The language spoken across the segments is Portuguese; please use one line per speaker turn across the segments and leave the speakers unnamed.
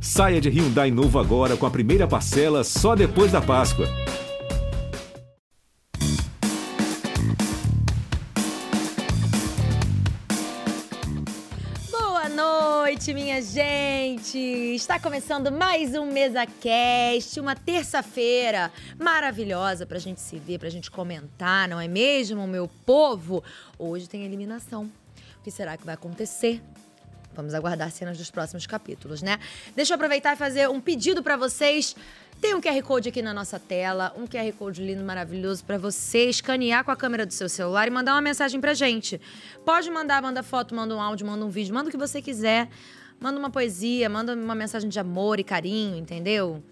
Saia de Hyundai novo agora com a primeira parcela só depois da Páscoa.
Boa noite, minha gente! Está começando mais um Mesa Cast, uma terça-feira maravilhosa pra gente se ver, pra gente comentar, não é mesmo, meu povo? Hoje tem eliminação. O que será que vai acontecer? Vamos aguardar cenas dos próximos capítulos, né? Deixa eu aproveitar e fazer um pedido pra vocês. Tem um QR Code aqui na nossa tela, um QR Code lindo, maravilhoso pra você escanear com a câmera do seu celular e mandar uma mensagem pra gente. Pode mandar, manda foto, manda um áudio, manda um vídeo, manda o que você quiser. Manda uma poesia, manda uma mensagem de amor e carinho, entendeu?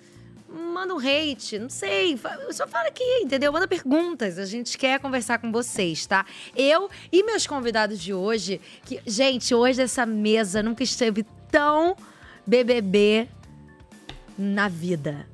manda um hate, não sei, fa- só fala aqui, entendeu? Manda perguntas, a gente quer conversar com vocês, tá? Eu e meus convidados de hoje, que gente, hoje essa mesa nunca esteve tão BBB na vida.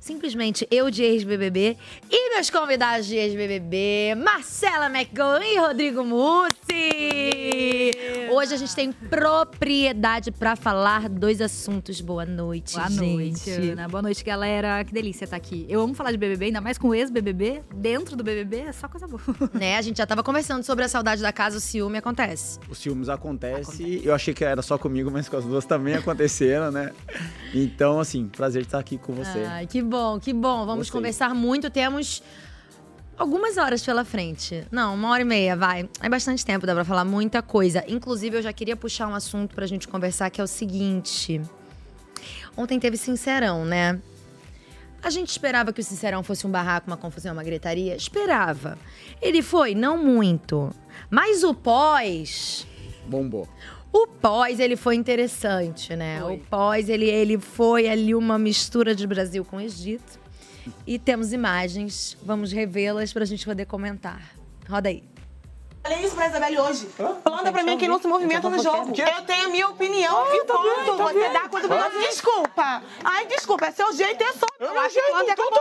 Simplesmente eu de ex-BBB e meus convidados de ex-BBB, Marcela McGowan e Rodrigo Mussi. Hoje a gente tem propriedade pra falar dois assuntos. Boa noite,
Boa
gente.
noite, Ana. Boa noite, galera. Que delícia estar aqui. Eu amo falar de BBB, ainda mais com o ex-BBB. Dentro do BBB é só coisa boa.
né? A gente já tava conversando sobre a saudade da casa, o ciúme acontece.
Os ciúmes acontecem. Eu achei que era só comigo, mas com as duas também aconteceram, né? Então, assim, prazer estar aqui com você.
Ai, que bom, que bom. Vamos
Gostei.
conversar muito, temos algumas horas pela frente. Não, uma hora e meia, vai. É bastante tempo, dá pra falar muita coisa. Inclusive, eu já queria puxar um assunto pra gente conversar, que é o seguinte. Ontem teve Sincerão, né? A gente esperava que o Sincerão fosse um barraco, uma confusão, uma gritaria. Esperava. Ele foi? Não muito. Mas o pós…
Bombou.
O pós, ele foi interessante, né?
Foi.
O pós, ele, ele foi ali uma mistura de Brasil com Egito. E temos imagens, vamos revê-las pra gente poder comentar. Roda aí.
Falei isso pra Isabelle hoje. Falando pra mim que
Então,
não se movimenta
tá
no jogo. Eu tenho a minha opinião e ponto. Você dá quando você... Desculpa. Ai, desculpa. É seu jeito, é só. Eu acho que
então tá
ontem acabou.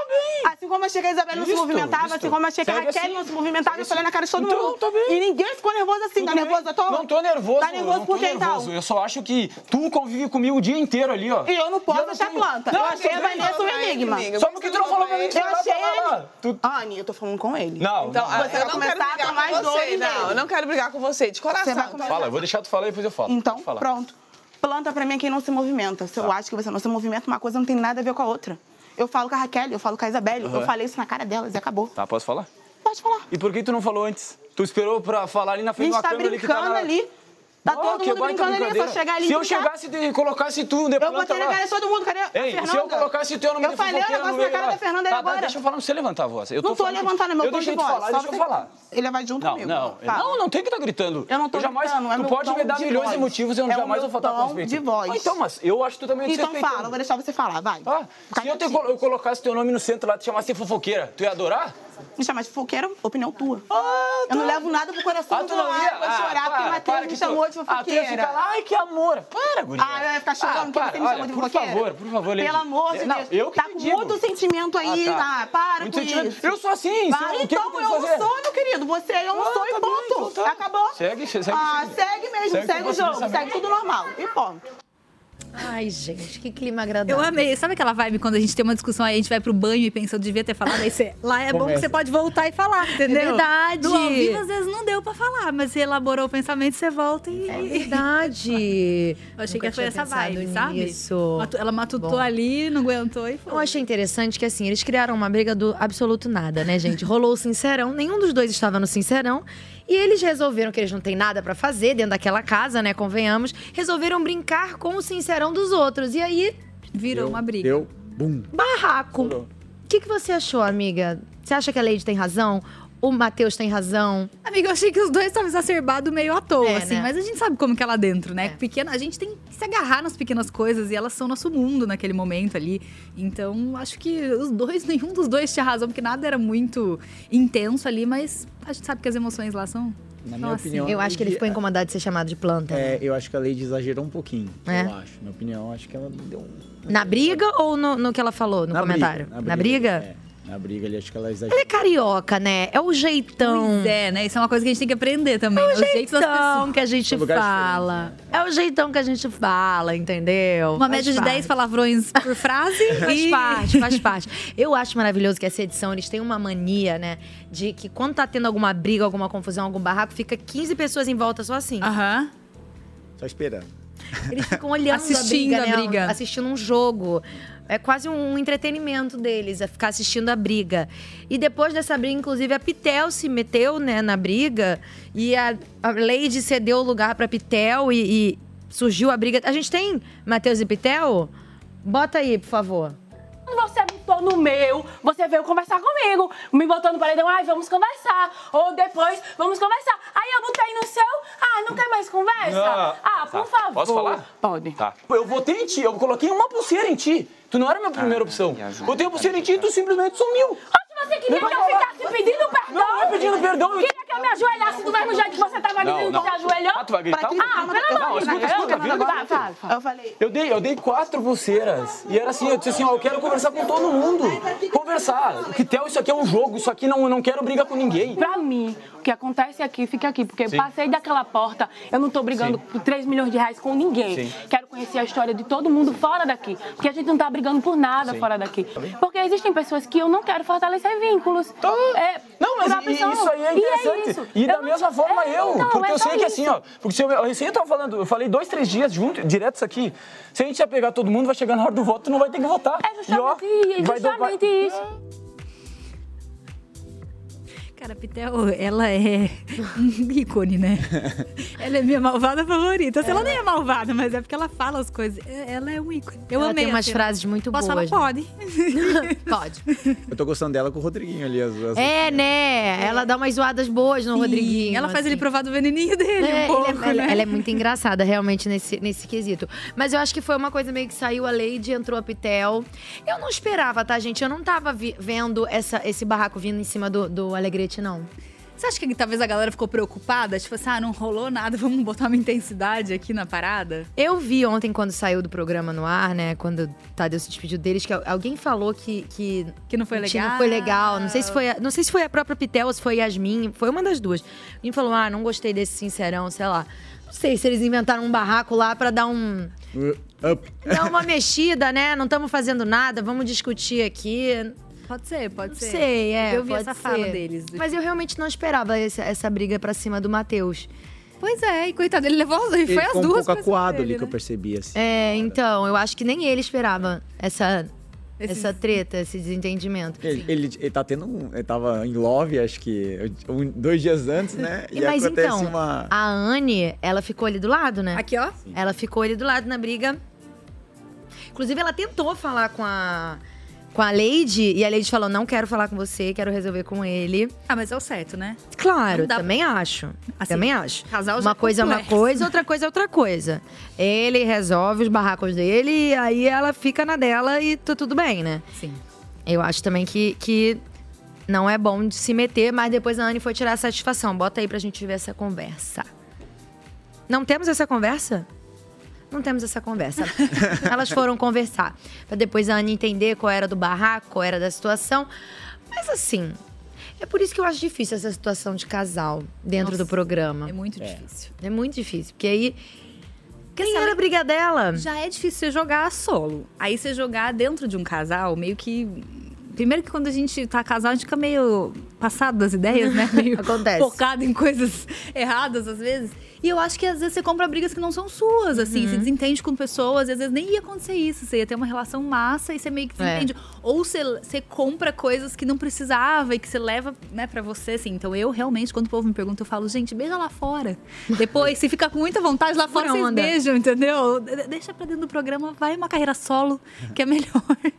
Assim como eu achei que a Isabelle não se
Isto,
movimentava, assim
isto.
como eu achei que a
Segue
Raquel
assim.
não se movimentava, eu falei na cara de todo
Então,
mundo.
tá bem.
E ninguém ficou nervoso assim. Tá
Tudo bem.
nervoso à toa?
Não tô nervoso.
Tá nervoso
não
por
tô
quem
nervoso.
tal?
Eu só acho que tu convive comigo o dia inteiro ali, ó.
E eu não posso
não
achar
tenho-
planta.
Não,
eu achei a
tudo bem.
Vanessa um enigma.
Só porque tu não falou pra mim que
Eu
tu tava
achei
falando,
ele.
ó. Tu...
Ah, Anny, eu tô falando com ele.
Não,
Então,
não.
ah,
Você
eu não
vai
quero
começar
brigar
com
com
mais
você,
dois
Não,
e-mails.
eu não quero brigar com você, de coração.
Você vai
tá?
começar.
Fala, eu vou deixar tu falar e depois eu falo.
Então,
Pode falar. Tá.
pronto. Planta pra mim é quem não se movimenta. Se eu acho que você não se movimenta, uma coisa não tem nada a ver com a outra. Eu falo com a Raquel, eu falo com a Isabelle, eu falei isso na cara delas e acabou.
Tá, posso falar?
Pode falar.
E por que tu não falou antes? Tu esperou pra falar ali na
A
frente
gente
da
tá
câmera ali que tá
brincando
na...
ali. Tá
Ó,
todo
que
mundo
baita
brincando ali, é só
brincadeira.
chegar ali e
Se eu
brincar.
chegasse e colocasse tu de
Eu
planta
botei na
lá-
cara de todo mundo, cadê a
Ei,
Fernanda?
se eu colocasse teu nome
Eu falei o negócio na cara da Fernanda, ele
tá,
agora.
Tá, deixa eu falar, não sei levantar a voz. Eu
Não
tô
tô
falando que-
levantando, é meu
Eu
tom de
deixei tu
voz.
falar,
só
deixa eu
você-
falar.
Ele vai junto
Não,
comigo.
não,
Fala.
não, não tem que estar gritando.
Eu não tô
jamais,
gritando, é
Tu
meu
pode
tom
me dar
de
milhões de
voz.
motivos, eu
É o
jamais
meu
vou faltar com
tom
respeito.
de voz.
Ah, Então, mas eu acho que tu também é
Então
desrespeitando.
fala, eu vou deixar você falar, vai.
Ah,
Fica
se eu, te
quietinho.
colo- eu colocasse teu nome no centro lá, te chamasse fofoqueira, tu ia adorar?
Me chamar de fofoqueira, opinião tua.
Ah,
Eu não levo nada pro coração
Ah,
do
tu não
lado,
ia?
vou chorar
ah,
porque Matheus me
que tu-
chamou de
Ah, tu ia ficar
fofoqueira.
lá, ai, que amor. Para, guria.
Ah, eu ia ficar chorando porque
para,
você me
olha,
chamou de
Por
fofoqueira.
favor, por favor, Lady.
Pelo amor de
Não,
Deus.
eu que
tá
te
com
digo.
muito sentimento aí,
Ah, tá.
ah, para
Muito
com
sentimento.
isso.
Eu sou assim,
Vai,
senão o que
então
que eu
eu
vou fazer?
não sou, meu querido. Você eu não
Ah,
sou e
tá bem,
ponto.
então tá.
Acabou.
Segue, segue,
Ah,
segue.
segue mesmo,
Segue
segue,
com
o
você,
jogo,
sabe?
segue tudo normal. E ponto.
Ai, gente, que clima
Eu
agradável.
amei. Sabe aquela vibe quando a gente tem uma discussão aí, a gente vai pro banho e pensa, eu devia ter falado? Aí você, lá é bom que
Começa.
você pode voltar e falar, entendeu?
É verdade.
No ao vivo, às vezes não deu pra falar, mas você elaborou o pensamento, você volta e...
É verdade.
Eu achei
Nunca
que
tinha
foi essa
pensado
vibe, sabe?
nisso.
Matu- Ela matutou
Bom.
ali, não aguentou e
Eu
foi.
achei interessante que, assim, eles criaram uma briga do absoluto nada, né, gente? Rolou o Sincerão, nenhum dos dois estava no Sincerão. E eles resolveram que eles não têm nada pra fazer dentro daquela casa, né? Convenhamos. Resolveram brincar com o Sincerão dos outros. E aí,
Virou
Eu-
uma briga.
Eu, bum.
barraco. O que, que você achou, amiga? Você acha que a Lady tem razão? O Matheus tem razão?
Amiga, eu achei que os dois estavam exacerbados meio à toa,
É,
assim.
né?
Mas a gente sabe como que é lá dentro, né?
É.
Pequena, a gente tem que se agarrar nas pequenas coisas e elas são nosso mundo naquele momento ali. Então, acho que os dois, nenhum dos dois tinha razão, porque nada era muito intenso ali, mas a gente sabe que as emoções lá são.
Na minha
são assim.
opinião,
Eu acho que ele
Lady,
ficou incomodado de ser chamado de planta. né?
É, eu acho que a Lady exagerou um pouquinho,
É.
eu acho. Minha opinião, acho que ela deu um...
Na briga ou no, no que ela falou no
Na briga,
comentário?
na
na briga?
briga, é. Na briga ali, acho que ela
Ele é
exagerou.
carioca, né? É o jeitão.
Pois é, né? Isso é uma coisa que a gente tem que aprender também. É o jeito das pessoas.
jeitão que a gente
Um lugar
fala. É o jeitão que a gente fala, entendeu?
Uma
Faz
média de
parte.
10 palavrões por frase.
Faz
e-
parte, faz parte. Eu acho maravilhoso que essa edição, eles têm uma mania, né? De que quando tá tendo alguma briga, alguma confusão, algum barraco, fica 15 pessoas em volta só assim.
Aham.
Só esperando.
Eles ficam olhando
Assistindo
a briga,
a
né?
briga.
Assistindo um jogo. É quase um entretenimento deles, é ficar assistindo a briga. E depois dessa briga, inclusive, a Pitel se meteu né, na briga. E a, a Lady cedeu o lugar pra Pitel e, e surgiu a briga. A gente tem Matheus e Pitel? Bota aí, por favor.
Quando Você botou no meu, você veio conversar comigo, me botou no paredão, ai, vamos conversar. Ou depois, vamos conversar. Aí eu botei no seu, ah, não quer mais conversa? Ah,
Tá.
por favor.
Posso falar?
Pode.
Tá. Eu votei em ti, eu coloquei uma pulseira em ti. Tu não era minha primeira opção. Botei a pulseira em ti e tu simplesmente sumiu.
Hoje você queria que eu ficasse pedindo perdão?
Não, não é pedindo perdão, eu-
Queria que eu me ajoelhasse do mesmo jeito que você tava dizendo que se ajoelhou?
Ah, tu vai gritar?
Pra que-
Ah, pelo amor de
Não,
Deus.
escuta, escuta, vira, vira.
Fala, fala. Eu falei.
Eu dei, eu dei quatro pulseiras. E era assim, eu disse assim, ó, eu quero conversar com todo mundo. Conversar. Que Theo, isso aqui é um jogo, isso aqui não, não quero brigar com ninguém.
Pra mim, o que acontece aqui fica aqui, porque eu passei daquela porta, eu não tô brigando
Sim.
por 3 milhões de reais com ninguém.
Sim.
Quero conhecer a história de todo mundo fora daqui, porque a gente não tá brigando por nada fora daqui.
Tá
Porque existem pessoas que eu não quero fortalecer vínculos. É,
Não, mas
por
e-
opção.
e isso aí é
E
interessante. E,
isso.
da
Eu não-
mesma forma
É,
eu.
então,
porque
é
eu sei
só
que
isso.
assim, ó. Porque se eu, eu, se eu tava falando, eu falei dois, três dias junto, direto isso aqui. Se a gente ia pegar todo mundo, vai chegar na hora do voto, tu não vai ter que votar.
É
E, ó,
justamente, é
vai dar- vai-
justamente isso.
Cara, a Pitel, ela é um ícone, né? Ela é minha malvada favorita. Ela nem é malvada, mas é porque ela fala as coisas. É- Ela é um ícone. Eu
Ela
amei.
tem umas
assim.
frases muito
Posso
boas. né?
falar? Pode.
Pode.
Eu tô gostando dela com o Rodriguinho ali. As, assim. as-
É, né? Ela dá umas zoadas boas no Rodriguinho.
Ela faz
assim.
ele provar do veneninho dele
É,
um pouco,
ele é- ela,
né?
ela é muito engraçada, realmente, nesse, nesse quesito. Mas eu acho que foi uma coisa meio que saiu a Lady, entrou a Pitel. Eu não esperava, tá, gente? Eu não tava vi- vendo essa, esse barraco vindo em cima do, do Alegrete, não.
Você acha que talvez a galera ficou preocupada? Tipo assim, ah, não rolou nada, vamos botar uma intensidade aqui na parada?
Eu vi ontem, quando saiu do programa no ar, né? Quando o Tadeu se despediu deles, que al- alguém falou que. Que,
Que não foi legal.
Não foi legal. Não sei se foi a, não sei se foi a própria Pitel ou se foi Yasmin. Foi uma das duas. Alguém falou, ah, não gostei desse sincerão, sei lá. Não sei se eles inventaram um barraco lá pra dar um.
Uh, up.
Dá uma mexida, né? Não estamos fazendo nada, vamos discutir aqui.
Pode ser, pode
Não
ser.
sei, é.
Eu vi
pode
essa
ser.
fala deles.
Mas eu realmente não esperava essa, essa briga pra cima do Matheus.
Pois é, e coitado, ele levou e
Ele
foi as
ficou um pouco
duas. pra cima
acuado
dele,
ali que eu
né?
percebi, assim.
É, então, eu acho que nem ele esperava essa,
Esse-
essa treta, esse desentendimento.
Ele, ele, ele tá tendo um. Ele tava em love, acho que um- dois dias antes, né?
E,
E,
mas
acontece
então,
uma.
a Anne, ela ficou ali do lado, né?
Aqui, ó.
Ela ficou ali do lado na briga. Inclusive, ela tentou falar com a, com a Lady, e a Lady falou: não quero falar com você, quero resolver com ele.
Ah, mas é o certo, né?
Claro,
Não dá-
também acho.
Assim,
também acho.
casal já
uma
é
coisa é uma
complexo.
coisa, outra coisa é outra coisa. Ele resolve os barracos dele e aí ela fica na dela e tá tudo bem, né?
Sim.
Eu acho também que, que não é bom de se meter, mas depois a Anne foi tirar a satisfação. Bota aí pra gente ver essa conversa. Não temos essa conversa? Não temos essa conversa. Elas foram conversar. Pra depois a Anne entender qual era do barraco, qual era da situação. Mas assim, é por isso que eu acho difícil essa situação de casal dentro
Nossa,
do programa.
É muito difícil.
É muito difícil. Porque aí. Quem
essa
era a briga dela?
Já é difícil você jogar solo. Aí você jogar dentro de um casal, meio que. Primeiro que quando a gente tá casal, a gente fica meio passado das ideias, né? Meio
Acontece.
focado em coisas erradas, às vezes. E eu acho que às vezes você compra brigas que não são suas, assim.
Uhum.
Você desentende com pessoas, e às vezes nem ia acontecer isso. Você ia ter uma relação massa e você meio que
É.
desentende. Ou você, você compra coisas que não precisava e que você leva, né, pra você, assim. Então eu realmente, quando o povo me pergunta, eu falo, gente, beija lá fora. Depois, se fica com muita vontade lá fora,
Segura a
vocês
onda.
beijam, entendeu? De- Deixa pra dentro do programa, vai uma carreira solo, que é melhor.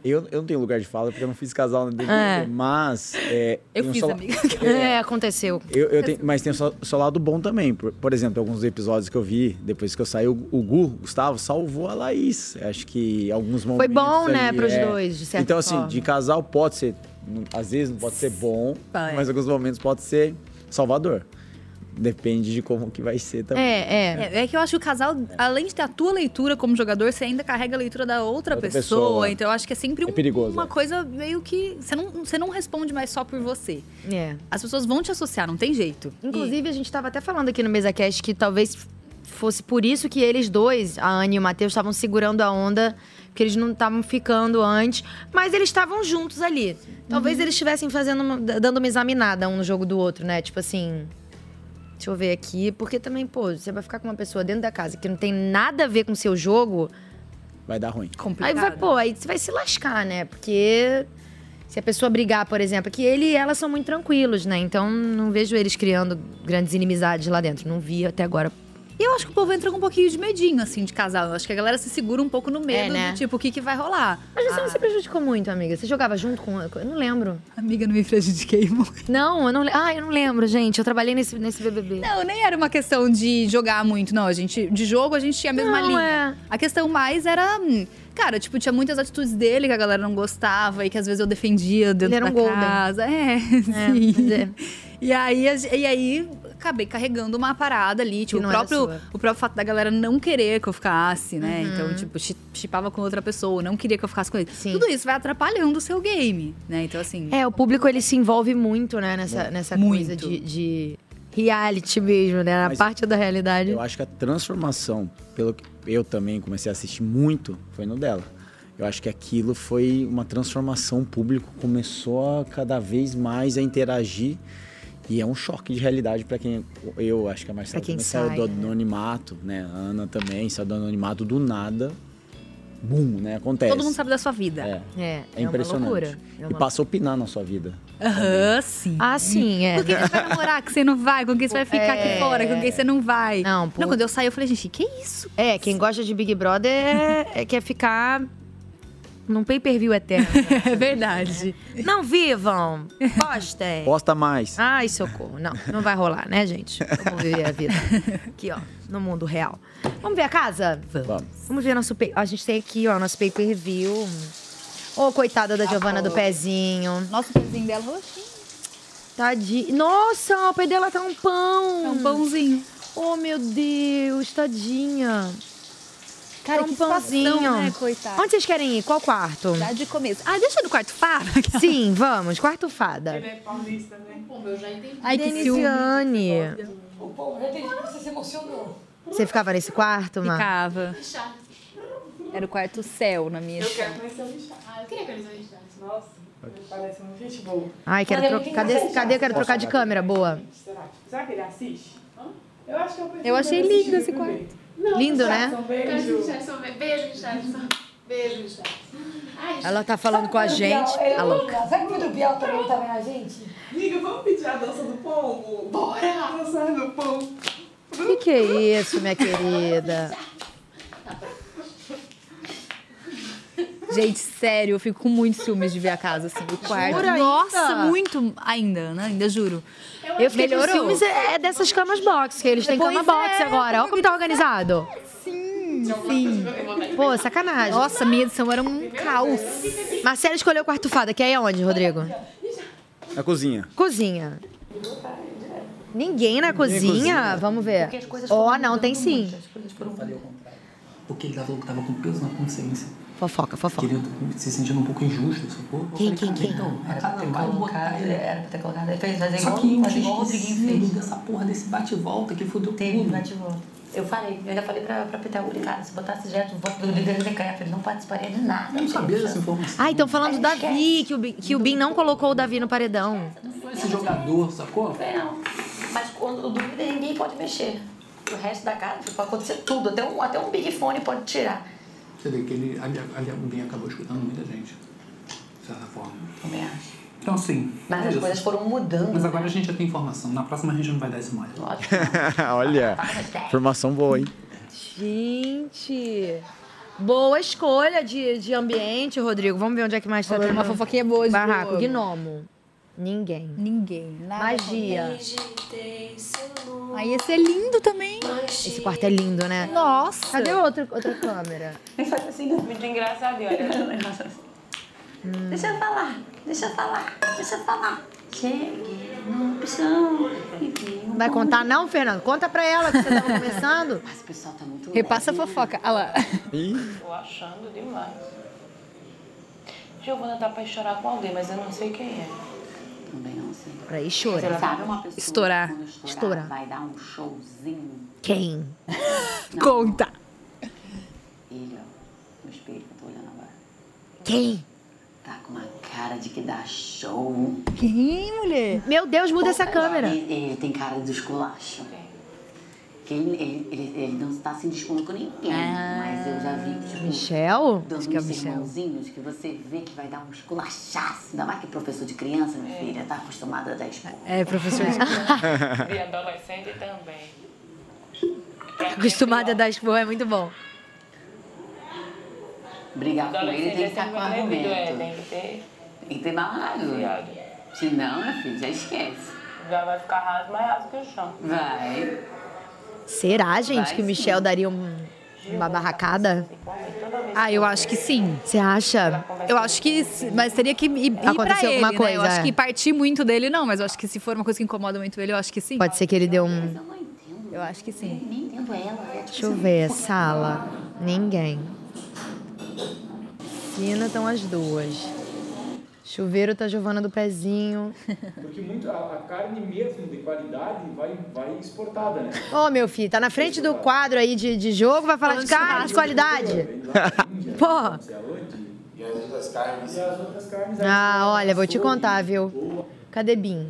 Eu, eu não tenho lugar de fala porque eu não fiz casal na DVD,
É.
mas. é,
Eu
tem um
fiz,
solo-
amiga.
É, aconteceu.
Eu, eu tenho, mas tem o seu, seu lado bom também. Por, por exemplo, alguns episódios que eu vi, depois que eu saí, o, o Gu, Gustavo, salvou a Laís. Acho que alguns momentos.
bom,
ali,
né, pros dois, de certa
Então, assim,
forma.
de casal pode ser. não- Às vezes não pode ser bom,
Vai.
mas em alguns momentos pode ser salvador. Depende de como que vai ser também.
É, é.
É, é que eu acho que o casal, além de ter a tua leitura como jogador, você ainda carrega a leitura da outra,
Outra
pessoa.
pessoa.
Então eu acho que é sempre um-
É perigoso,
uma
é.
coisa meio que. Você não, você não responde mais só por você.
é.
As pessoas vão te associar, não tem jeito.
Inclusive, a gente tava até falando aqui no MesaCast que talvez fosse por isso que eles dois, a Anne e o Matheus, estavam segurando a onda, porque eles não estavam ficando antes, mas eles estavam juntos ali. Talvez eles estivessem fazendo uma- d- dando uma examinada um no jogo do outro, né? Tipo assim. Deixa eu ver aqui, porque também, pô, você vai ficar com uma pessoa dentro da casa que não tem nada a ver com o seu jogo,
Vai dar ruim.
E
aí
complicado.
vai, pô, aí você vai se lascar, né? Porque se a pessoa brigar, por exemplo, que ele e ela são muito tranquilos, né? Então não vejo eles criando grandes inimizades lá dentro. Não vi até agora.
E eu acho que o povo entra com um pouquinho de medinho, assim, de casal. Eu acho que a galera se segura um pouco no medo
É, né?
do tipo, o que, que vai rolar?
Mas você não
Ah,
se prejudicou muito, amiga. Você jogava junto com. Eu não lembro.
Amiga, não me prejudiquei muito.
Não, eu não. le- Ah, eu não lembro, gente. Eu trabalhei nesse, nesse BBB.
Não, nem era uma questão de jogar muito, não. A gente, de jogo, a gente tinha a mesma
Não,
linha.
é.
A questão mais era. hum, Cara, tipo, tinha muitas atitudes dele que a galera não gostava e que às vezes eu defendia
Ele
dentro
era
da
um golden.
casa. É,
mas
sim.
é.
E aí, a ge- e aí acabei carregando uma parada ali, tipo, o
não era
próprio,
sua. Uhum.
o próprio fato da galera não querer que eu ficasse, né? Então, tipo, chi- chipava com outra pessoa, não queria que eu ficasse com ele.
Sim.
Tudo isso vai atrapalhando o seu game, né? Então, assim,
É, o público ele se envolve muito, né, nessa, nessa
Muito.
coisa de, de reality mesmo, né? Na
Mas
parte da realidade.
Eu acho que a transformação, pelo que eu também comecei a assistir muito, foi no dela. Eu acho que aquilo foi uma transformação. O público começou a cada vez mais a interagir. E é um choque de realidade para quem. Eu acho que a Marcela
Pra quem
também saiu
sai,
do
né?
anonimato, né? A Ana também saiu do anonimato do nada. Bum, né? Acontece.
todo mundo sabe da sua vida.
É,
É,
é,
é uma
impressionante.
loucura. É
E
uma-
passa a opinar na sua vida.
Aham, sim.
Ah, sim, é.
Com quem você vai namorar, que você não vai, com quem você vai ficar aqui fora, com quem você não vai.
Não, pô.
quando eu saí, eu falei, gente, que isso?
É, quem gosta de Big Brother é, é quer ficar num pay-per-view eterno.
É verdade.
não vivam! Postem!
Posta mais.
Ai, socorro. Não, não vai rolar, né, gente? Vamos viver a vida. Aqui, ó, no mundo real. Vamos ver a casa?
Vamos.
Vamos ver nosso pay... A gente tem aqui, ó, nosso pay-per-view. Ô, coitada da Giovana do pezinho.
Tá Nossa, o pezinho dela é roxinho.
Tadinha. Nossa, o pé dela tá um pão.
É um pãozinho.
Oh, meu Deus, tadinha.
Cara,
Tá um
que
pãozinho.
situação, né, coitada?
Onde vocês querem ir? Qual quarto?
Dá de começo. Ah, deixa no quarto fada.
Sim, vamos. Quarto fada.
é né?
Ai, que ciúme.
Denisiane. Você ficava nesse quarto, Mar?
Ficava. Era o quarto céu na minha.
Ah,
Parece uma gente boa.
Ai, quero trocar. Cadê, cadê? Eu quero trocar de câmera, boa.
Será, será que ele assiste? Hã? Eu acho que é o perfil
Eu achei
dele
lindo
assistir
esse quarto.
bebê.
Lindo, né?
Um beijo.
Beijo, Richardson. Beijo, Richardson.
Ela tá falando com a
é
gente. A louca.
Amiga, vamos pedir a dança do pombo? Bora! Dançar do pombo.
O que, que é isso, minha querida?
Gente, sério, eu fico com muito ciúmes de ver a casa, assim, o quarto.
Jura
Nossa,
ainda?
muito ainda, né? Ainda juro.
Eu fiquei com
Melhorou?
ciúmes é é dessas camas box, que eles têm
Pois
cama box
é,
agora. Olha como tá organizado.
Hum,
Sim.
Pô, sacanagem.
Nossa, minha edição era um caos.
Marcelo escolheu o quarto fada, que aí é onde, Rodrigo?
Na cozinha.
Cozinha. Ninguém na cozinha? Vamos ver. Ó, não, tem sim.
Eles foram valer ao contrário. Porque ele tava, tava com peso na consciência.
Fofoca, fofoca.
Querendo, se sentindo um pouco injusto, sacou? Eu
Quem,
falei, cara,
quem, quem?
Então, era
Ah,
pra ter colocado,
é,
era pra ter colocado. Ele fez,
fazer
é, Só
né? igual-
que o
fazer igual o Rodriguinho
desespero
fez.
dessa porra desse bate-volta que fudeu
Teve
tudo.
bate-volta. Eu falei, eu ainda falei pra, pra Pitaúri, cara, se botasse direto o voto do líder do DKF, ele não participaria de nada.
Eu não sabia dessa informação.
Ah, então falando do Davi, que o, Bin, que o Bin não colocou o Davi no paredão.
Foi esse jogador, sacou?
Falei, não. Mas quando o do líder ninguém pode mexer. O resto da casa pode acontecer tudo. Até um, até um Big Fone pode tirar.
Você vê que ele, ali, ali alguém acabou escutando muita gente. De certa forma.
Também acho.
Então, assim.
Mas
é
as
isso.
coisas foram mudando.
Mas agora a gente já tem informação. Na próxima a gente não vai dar esse mole.
Lógico.
Olha, informação boa, hein?
Gente. Boa escolha de, de ambiente, Rodrigo. Vamos ver onde é que mais tá tendo
Uma fofoquinha boa de
Barraco,
novo.
gnomo. Ninguém.
Ninguém. Nada
Magia.
Aí esse é lindo também.
Esse quarto é lindo, né?
Nossa.
Cadê outra, outra câmera?
Muito engraçado, olha.
Deixa eu falar, deixa eu falar, deixa eu falar. Chegue.
Não, opção. Enfim.
Vai contar não, Fernando? Conta pra ela que você tava começando.
Mas o pessoal tá muito
Repassa a fofoca. Olha lá.
Tô achando demais. Giovana tá pra chorar com alguém, mas eu não sei quem é.
Também não sei.
Pra ir chorar.
Sabe Ah, uma pessoa
Estourar.
que quando estourar,
Estourar.
vai dar um showzinho?
Quem?
Conta.
Ele, ó, no espelho que eu tô olhando agora,
Quem?
tá com uma cara de que dá show.
Quem, mulher? Meu Deus, muda essa câmera.
Ele, ele tem cara de esculacho. Que ele, ele, ele, ele não tá se dispondo com ninguém. Mas eu já vi, tipo,
Michel? Ah. Acho
dando
que é o
uns
Michel.
sermãozinhos que você vê que vai dar um esculachaço. Ainda mais que professor de criança, minha
É.
filha, tá acostumada a dar esporro.
É, professor.
E adolescente também.
Acostumada a dar expor, é muito bom.
Brigar com ele tem que
é
estar com argumento.
né? tem que ter.
Tem que ter barrado. Se não, minha filha, já esquece.
Já vai ficar raso mais raso que o chão.
Vai.
Será, gente,
Vai
que o
sim.
Michel daria um- uma barracada?
Ah, eu acho que sim.
Você acha?
Eu acho que, s- mas teria que ir, ir pra
Aconteceu
ele,
alguma
né? Eu
coisa,
acho
é.
que partir muito dele, não. Mas eu acho que se for uma coisa que incomoda muito ele, eu acho que sim.
Pode ser que ele deu um.
Mas eu não entendo.
Eu acho que sim.
Nem entendo ela. É tipo
Deixa eu
assim,
ver,
por que
sala. Ninguém. Piscina estão as duas. Chuveiro tá Giovana do pezinho.
Porque muito, a, a carne mesmo de qualidade vai, vai exportada, né?
Ô, meu filho, tá na frente do quadro aí de, de jogo, vai falar de
Falando
carne, de
churrasco.
qualidade. Porra.
E as outras carnes? E as outras carnes.
Ah, olha, vou te contar, viu? Cadê Bim?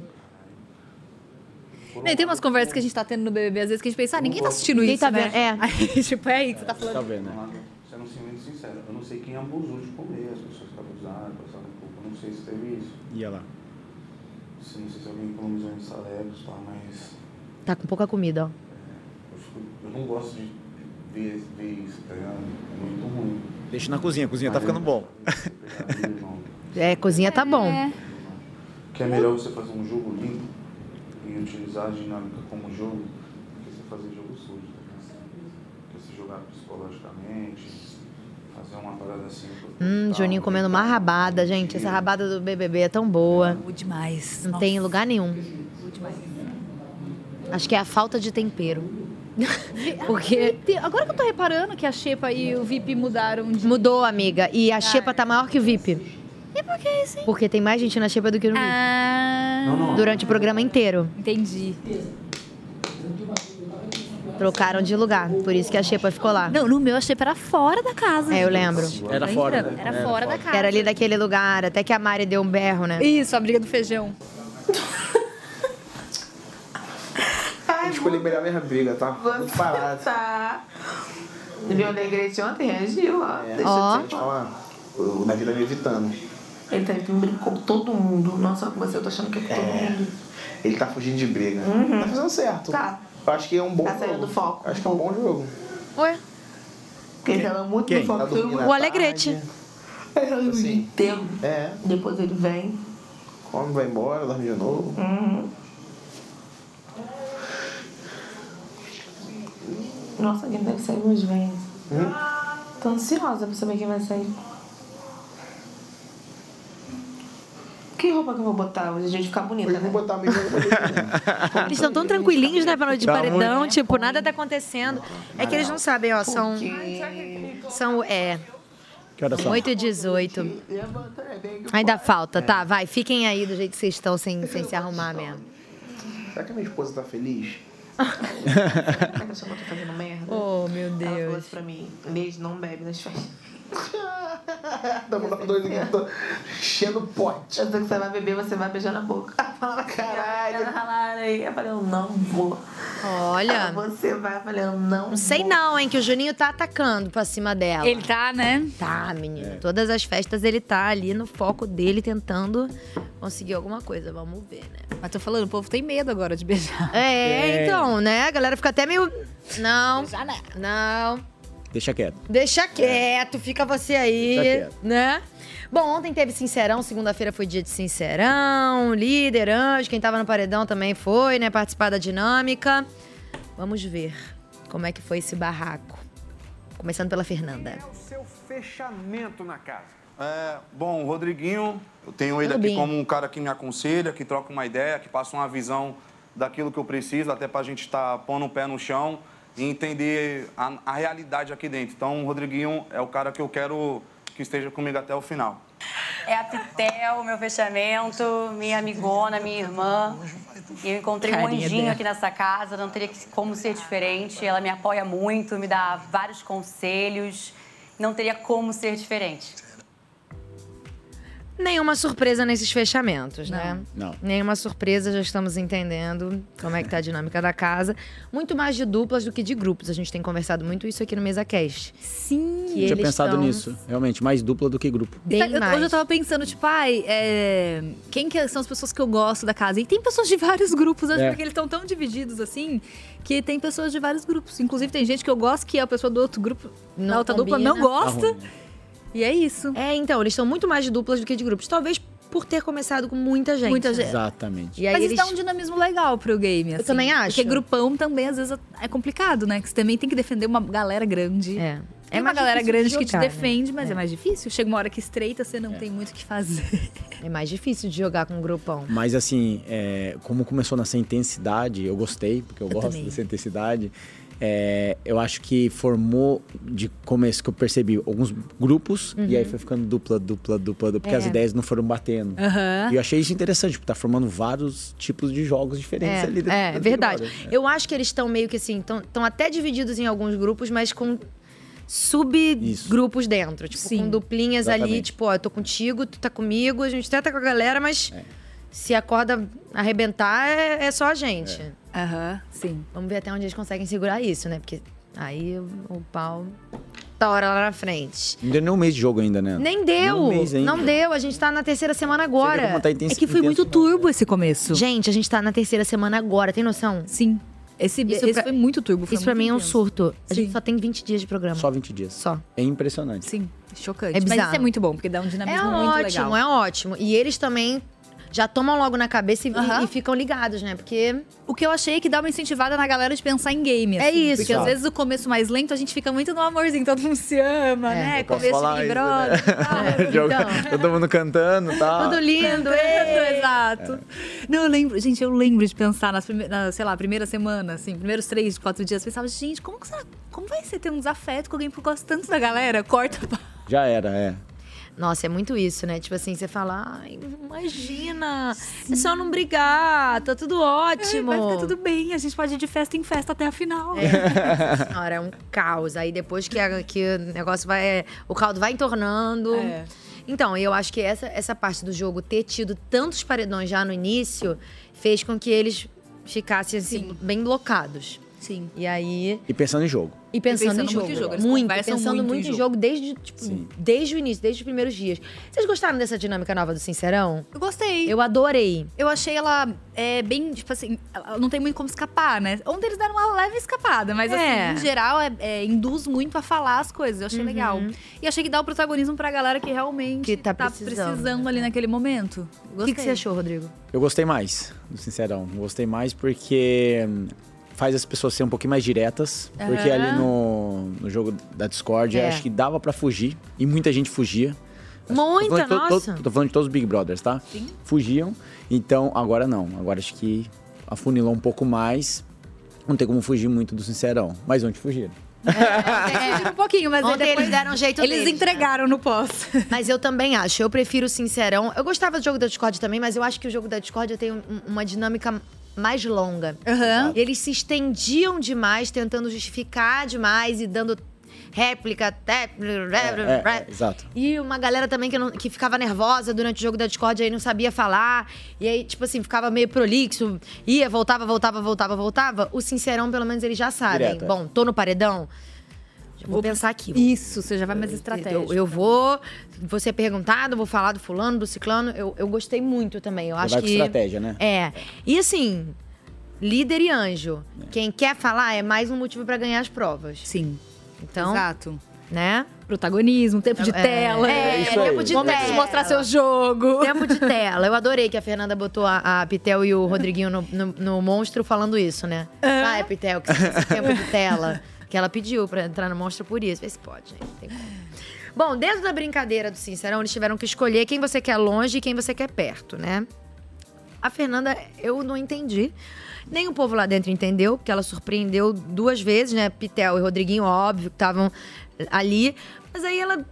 Não, e tem umas conversas que a gente tá tendo no BBB, às vezes, que a gente pensa, ah, ninguém tá assistindo
Ninguém
isso,
tá
né?
vendo, é.
Aí, tipo, é aí que você tá falando.
Tá vendo? né?
é um Sendo muito sincero, eu não sei quem abusou de comer, as pessoas que abusaram, passaram um pouco, eu não sei se teve isso.
Ia lá.
Se- Não sei se alguém economizou em salários, tá? Mas
Tá com pouca comida, ó.
eu, fico- eu não gosto de ver, ver isso, tá ligado? É muito ruim.
Deixa na cozinha, a cozinha tá
Mas eu-
ficando bom.
você pegar meu irmão.
É, cozinha tá bom.
Que é melhor você fazer um jogo limpo e utilizar a dinâmica como jogo do que você fazer jogo sujo. Tá ligado? do que você jogar psicologicamente, fazer uma parada assim.
Hum, Juninho comendo uma rabada, gente. Essa rabada do BBB é tão boa.
Bom demais.
Não
Nossa,
tem em lugar nenhum. Acho que é a falta de tempero. Porque
Tem- ah, Agora que eu tô reparando que a Xepa e o VIP mudaram de. Ah, é.
mudou, amiga. E a xepa tá maior que o VIP. E por que isso, Porque tem mais gente na xepa do que no VIP.
Ah,
Durante o programa inteiro.
entendi.
Trocaram de lugar. Por isso que a xepa ficou lá.
Não, no meu a Xepa era fora da casa.
É, eu
gente.
lembro.
Era fora.
Era,
né?
era fora da casa.
Era ali daquele lugar, até que a Mari deu um berro, né?
Isso, a briga do feijão.
Ai,
Escolhi melhor a mesma briga, tá?
você tá. Viu o Negrete ontem? Reagiu, ó.
É.
É.
Deixa
Ó.
eu te falar.
falar. O Davi tá me evitando.
Ele tá brincou com todo mundo. Não só com você, eu tô achando que é com todo mundo.
Ele tá fugindo de briga.
Uhum.
Tá fazendo certo.
Tá.
Eu acho que é um bom
Tá saindo do foco.
Acho que é um bom jogo.
Ué?
Porque ele tava é muito
Quem?
no foco.
Tá dormindo
todo
à
O Alegrete.
tarde.
mundo- Ele
Assim.
inteiro.
É.
Depois ele vem.
Come, vai embora, dorme de novo.
Nossa, alguém deve sair hoje, vem.
Hum?
Tô ansiosa pra saber quem vai sair. Que roupa que eu vou botar hoje? A gente ficar bonita,
Eu vou
né?
botar a mesma coisa.
Eles estão tão tranquilinhos, né, pra noite de
Tá
paredão. Tipo, nada tá acontecendo. É que eles não sabem, ó. São. São. É.
Que horas são?
8 e 18.
Levanta, é bem que
Ainda falta, tá? Vai, fiquem aí do jeito que vocês estão, sem, sem se arrumar mesmo.
Será que a minha esposa tá feliz?
Como é que eu chamo? Eu tô fazendo merda.
Oh, meu
Ela falou assim pra mim, Inês não bebe nas festas.
Tamo nós dois aqui, tô enchendo o pote.
Eu sei que você vai beber, você vai beijar na boca. Ela falava, caralho, ralaram aí. Eu falei, eu não vou.
Olha,
Você vai, eu falei, eu não
não sei
vou.
não, hein, que o Juninho tá atacando pra cima dela.
Ele tá, né?
tá, menino. Todas as festas ele tá ali no foco dele, tentando conseguir alguma coisa. Vamos ver, né?
Mas tô falando, o povo tem medo agora de beijar.
É, então, né? A galera fica até meio. Não.
né?
Não.
Deixa quieto.
Deixa quieto, fica você aí,
Deixa quieto.
né? Bom, ontem teve Sincerão, segunda-feira foi dia de Sincerão, líder, anjo, quem tava no paredão também foi, né, participar da dinâmica. Vamos ver como é que foi esse barraco. Começando pela Fernanda.
Seu fechamento na casa. É, bom, o Rodriguinho, eu tenho ele aqui
Rubinho.
como um cara que me aconselha, que troca uma ideia, que passa uma visão daquilo que eu preciso, até pra gente estar pondo o pé no chão e entender a, a realidade aqui dentro. Então, o Rodriguinho é o cara que eu quero que esteja comigo até o final.
É a Pitel, meu fechamento, minha amigona, minha irmã. E eu encontrei um
Carinha
anjinho
dela.
aqui nessa casa, não teria que- como ser diferente. Ela me apoia muito, me dá vários conselhos. Não teria como ser diferente.
Nenhuma surpresa nesses fechamentos, né?
Não.
Nenhuma surpresa, já estamos entendendo como é que tá a dinâmica da casa. Muito mais de duplas do que de grupos. A gente tem conversado muito isso aqui no Mesa Cast.
Sim.
Não tinha pensado nisso. Realmente, mais dupla do que grupo.
Tá, eu- Hoje eu tava pensando, tipo, ai, é, quem que são as pessoas que eu gosto da casa? E tem pessoas de vários grupos, acho
É.
porque eles estão tão divididos assim, que tem pessoas de vários grupos. Inclusive, tem gente que eu gosto que é a pessoa do outro grupo, da outra dupla, não
Tá
gosta. E é isso.
É, então, eles estão muito mais de duplas do que de grupos. Talvez por ter começado com muita gente.
Muita gente.
Exatamente.
E aí
Mas
eles-
isso dá um dinamismo legal pro game. assim.
também acho.
Porque grupão também, às vezes, é complicado, né? Que você também tem que defender uma galera grande.
É.
Tem
É
uma
mais
galera
difícil
grande
de
que te
jogar, né?
defende, mas é. mais difícil. Chega uma hora que estreita, você não tem muito o que fazer.
É mais difícil de jogar com um grupão.
Mas assim, é, como começou nessa intensidade, eu gostei, porque eu,
Eu
gosto
também.
dessa intensidade. É, eu acho que formou de começo que eu percebi alguns grupos
Uhum.
e aí foi ficando dupla, dupla, dupla, dupla, porque
É.
as ideias não foram batendo.
Aham.
E eu achei isso interessante, porque tá formando vários tipos de jogos
É,
diferentes ali dentro
é,
do Big
verdade.
Brother, né?
Eu acho que eles estão meio que assim, estão até divididos em alguns grupos, mas com subgrupos dentro. Tipo, com duplinhas ali,
Exatamente.
tipo, ó, eu tô contigo, tu tá comigo, a gente até tá com a galera, mas
É.
se a corda arrebentar, é, é só a gente.
Aham, sim.
Vamos ver até onde eles conseguem segurar isso, né? Porque aí o, o pau tá hora lá na frente.
Não deu nem um mês de jogo ainda, né?
Nem deu,
Nem um mês ainda.
não deu. A gente tá na terceira semana
Você vê
agora.
como tá intensi-
é que foi muito
intenso
turbo esse começo.
Gente, a gente tá na terceira semana agora, tem noção?
Sim. Esse, esse foi muito turbo. foi
isso pra
muito
mim é um
intenso.
surto. A gente só tem 20 dias de programa.
Só 20 dias.
Só.
É impressionante.
Sim, chocante.
É
Mas
bizarro.
isso é muito bom, porque dá um
É
dinamismo muito
ótimo,
legal.
é ótimo. E eles também já tomam logo na cabeça e,
Aham.
e ficam ligados, né? Porque.
O que eu achei é que dá uma incentivada na galera de pensar em game.
É
assim,
isso.
Porque às
Exato.
vezes o começo mais lento, a gente fica muito no amorzinho, todo mundo se
É,
ama, né?
Eu posso
Começo de
falar
Big
isso,
Brother.
né? Jogo- Todo mundo cantando e tal.
Tudo lindo, é, exato. Não, eu lembro, gente, eu lembro de pensar nas prime- na, sei lá, primeira semana, assim, primeiros três, quatro dias, eu pensava, gente, como que será, como vai ser ter um desafeto com alguém que gosta tanto da galera? Corta a
Já era, é.
Nossa, é muito isso, né? Tipo assim, você fala, ai, imagina, é só não brigar, tá tudo ótimo.
Vai ficar tá tudo bem, a gente pode ir de festa em festa até a final.
Nossa senhora, é um caos. Aí depois que, a- que o negócio vai. O caldo vai entornando.
É.
Então, eu acho que essa, essa parte do jogo ter tido tantos paredões já no início fez com que eles ficassem assim, bem blocados.
Sim.
E aí.
E pensando em jogo.
E pensando,
pensando
em jogo.
muito em jogo, eles
Muito,
conversam
pensando muito,
muito
em
em
jogo, desde, tipo, desde o início, desde os primeiros dias. Vocês gostaram dessa dinâmica nova do Sincerão?
Eu gostei.
Eu adorei.
Eu achei ela é, bem, tipo assim, ela não tem muito como escapar, né? Ontem eles deram uma leve escapada, mas
É. Uhum.
assim, em geral, é, é, induz muito a falar as coisas. Eu achei legal. E achei que dá o protagonismo pra galera que realmente
Que tá
precisando,
precisando.
ali naquele momento.
O que, que você achou, Rodrigo?
Eu gostei mais, do sincerão. Eu gostei mais porque hum, faz as pessoas serem um pouquinho mais diretas. Porque
Aham.
ali no, no jogo da Discord,
É.
eu acho que dava pra fugir. E muita gente fugia.
Muita,
Tô falando de to- to-
nossa.
tô falando de todos os Big Brothers, tá? Sim. Fugiam. Então, agora não. Agora acho que afunilou um pouco mais. Não tem como fugir muito do sincerão. Mas onde fugiram?
um pouquinho, mas aí
Ontem
depois
eles deram um jeito
eles
deles,
entregaram no pós.
Mas eu também acho. Eu prefiro o Sincerão. Eu gostava do jogo da Discord também, mas eu acho que o jogo da Discord tem um- uma dinâmica mais longa. Eles se estendiam demais, tentando justificar demais e dando réplica, até.
É, é, exato.
E uma galera também que, não- que ficava nervosa durante o jogo da Discord, aí não sabia falar. E aí, tipo assim, ficava meio prolixo. Ia, voltava, voltava, voltava, voltava. O Sincerão, pelo menos, eles já sabem.
Direto, é.
Bom, tô no paredão. já Vou, pensar aqui.
Isso, você já vai mais
Eu,
estratégico.
eu vou, vou ser perguntado, vou falar do fulano, do ciclano. Eu, eu gostei muito também. Eu
Você
acho
vai com
que.
estratégia, né?
É. E assim, líder e anjo. Quem quer falar é mais um motivo pra ganhar as provas.
Sim.
Então.
Exato.
Né?
Protagonismo, tempo de
É,
tela. né?
é, Isso aí. tempo de
momento de
tela.
mostrar seu jogo.
Tempo de tela. Eu adorei que a Fernanda botou a, a Pitel e o Rodriguinho no, no- no monstro falando isso, né? Ah, é Pitel, que você né? tem esse tempo de tela. Que ela pediu pra entrar no monstro por isso. Vê se pode, gente. Tem como. Bom, dentro da brincadeira do Sincerão, eles tiveram que escolher quem você quer longe e quem você quer perto, né? A Fernanda, eu não entendi. Nem o povo lá dentro entendeu, porque ela surpreendeu duas vezes, né? Pitel e Rodriguinho, óbvio, que estavam eh, ali. Mas aí ela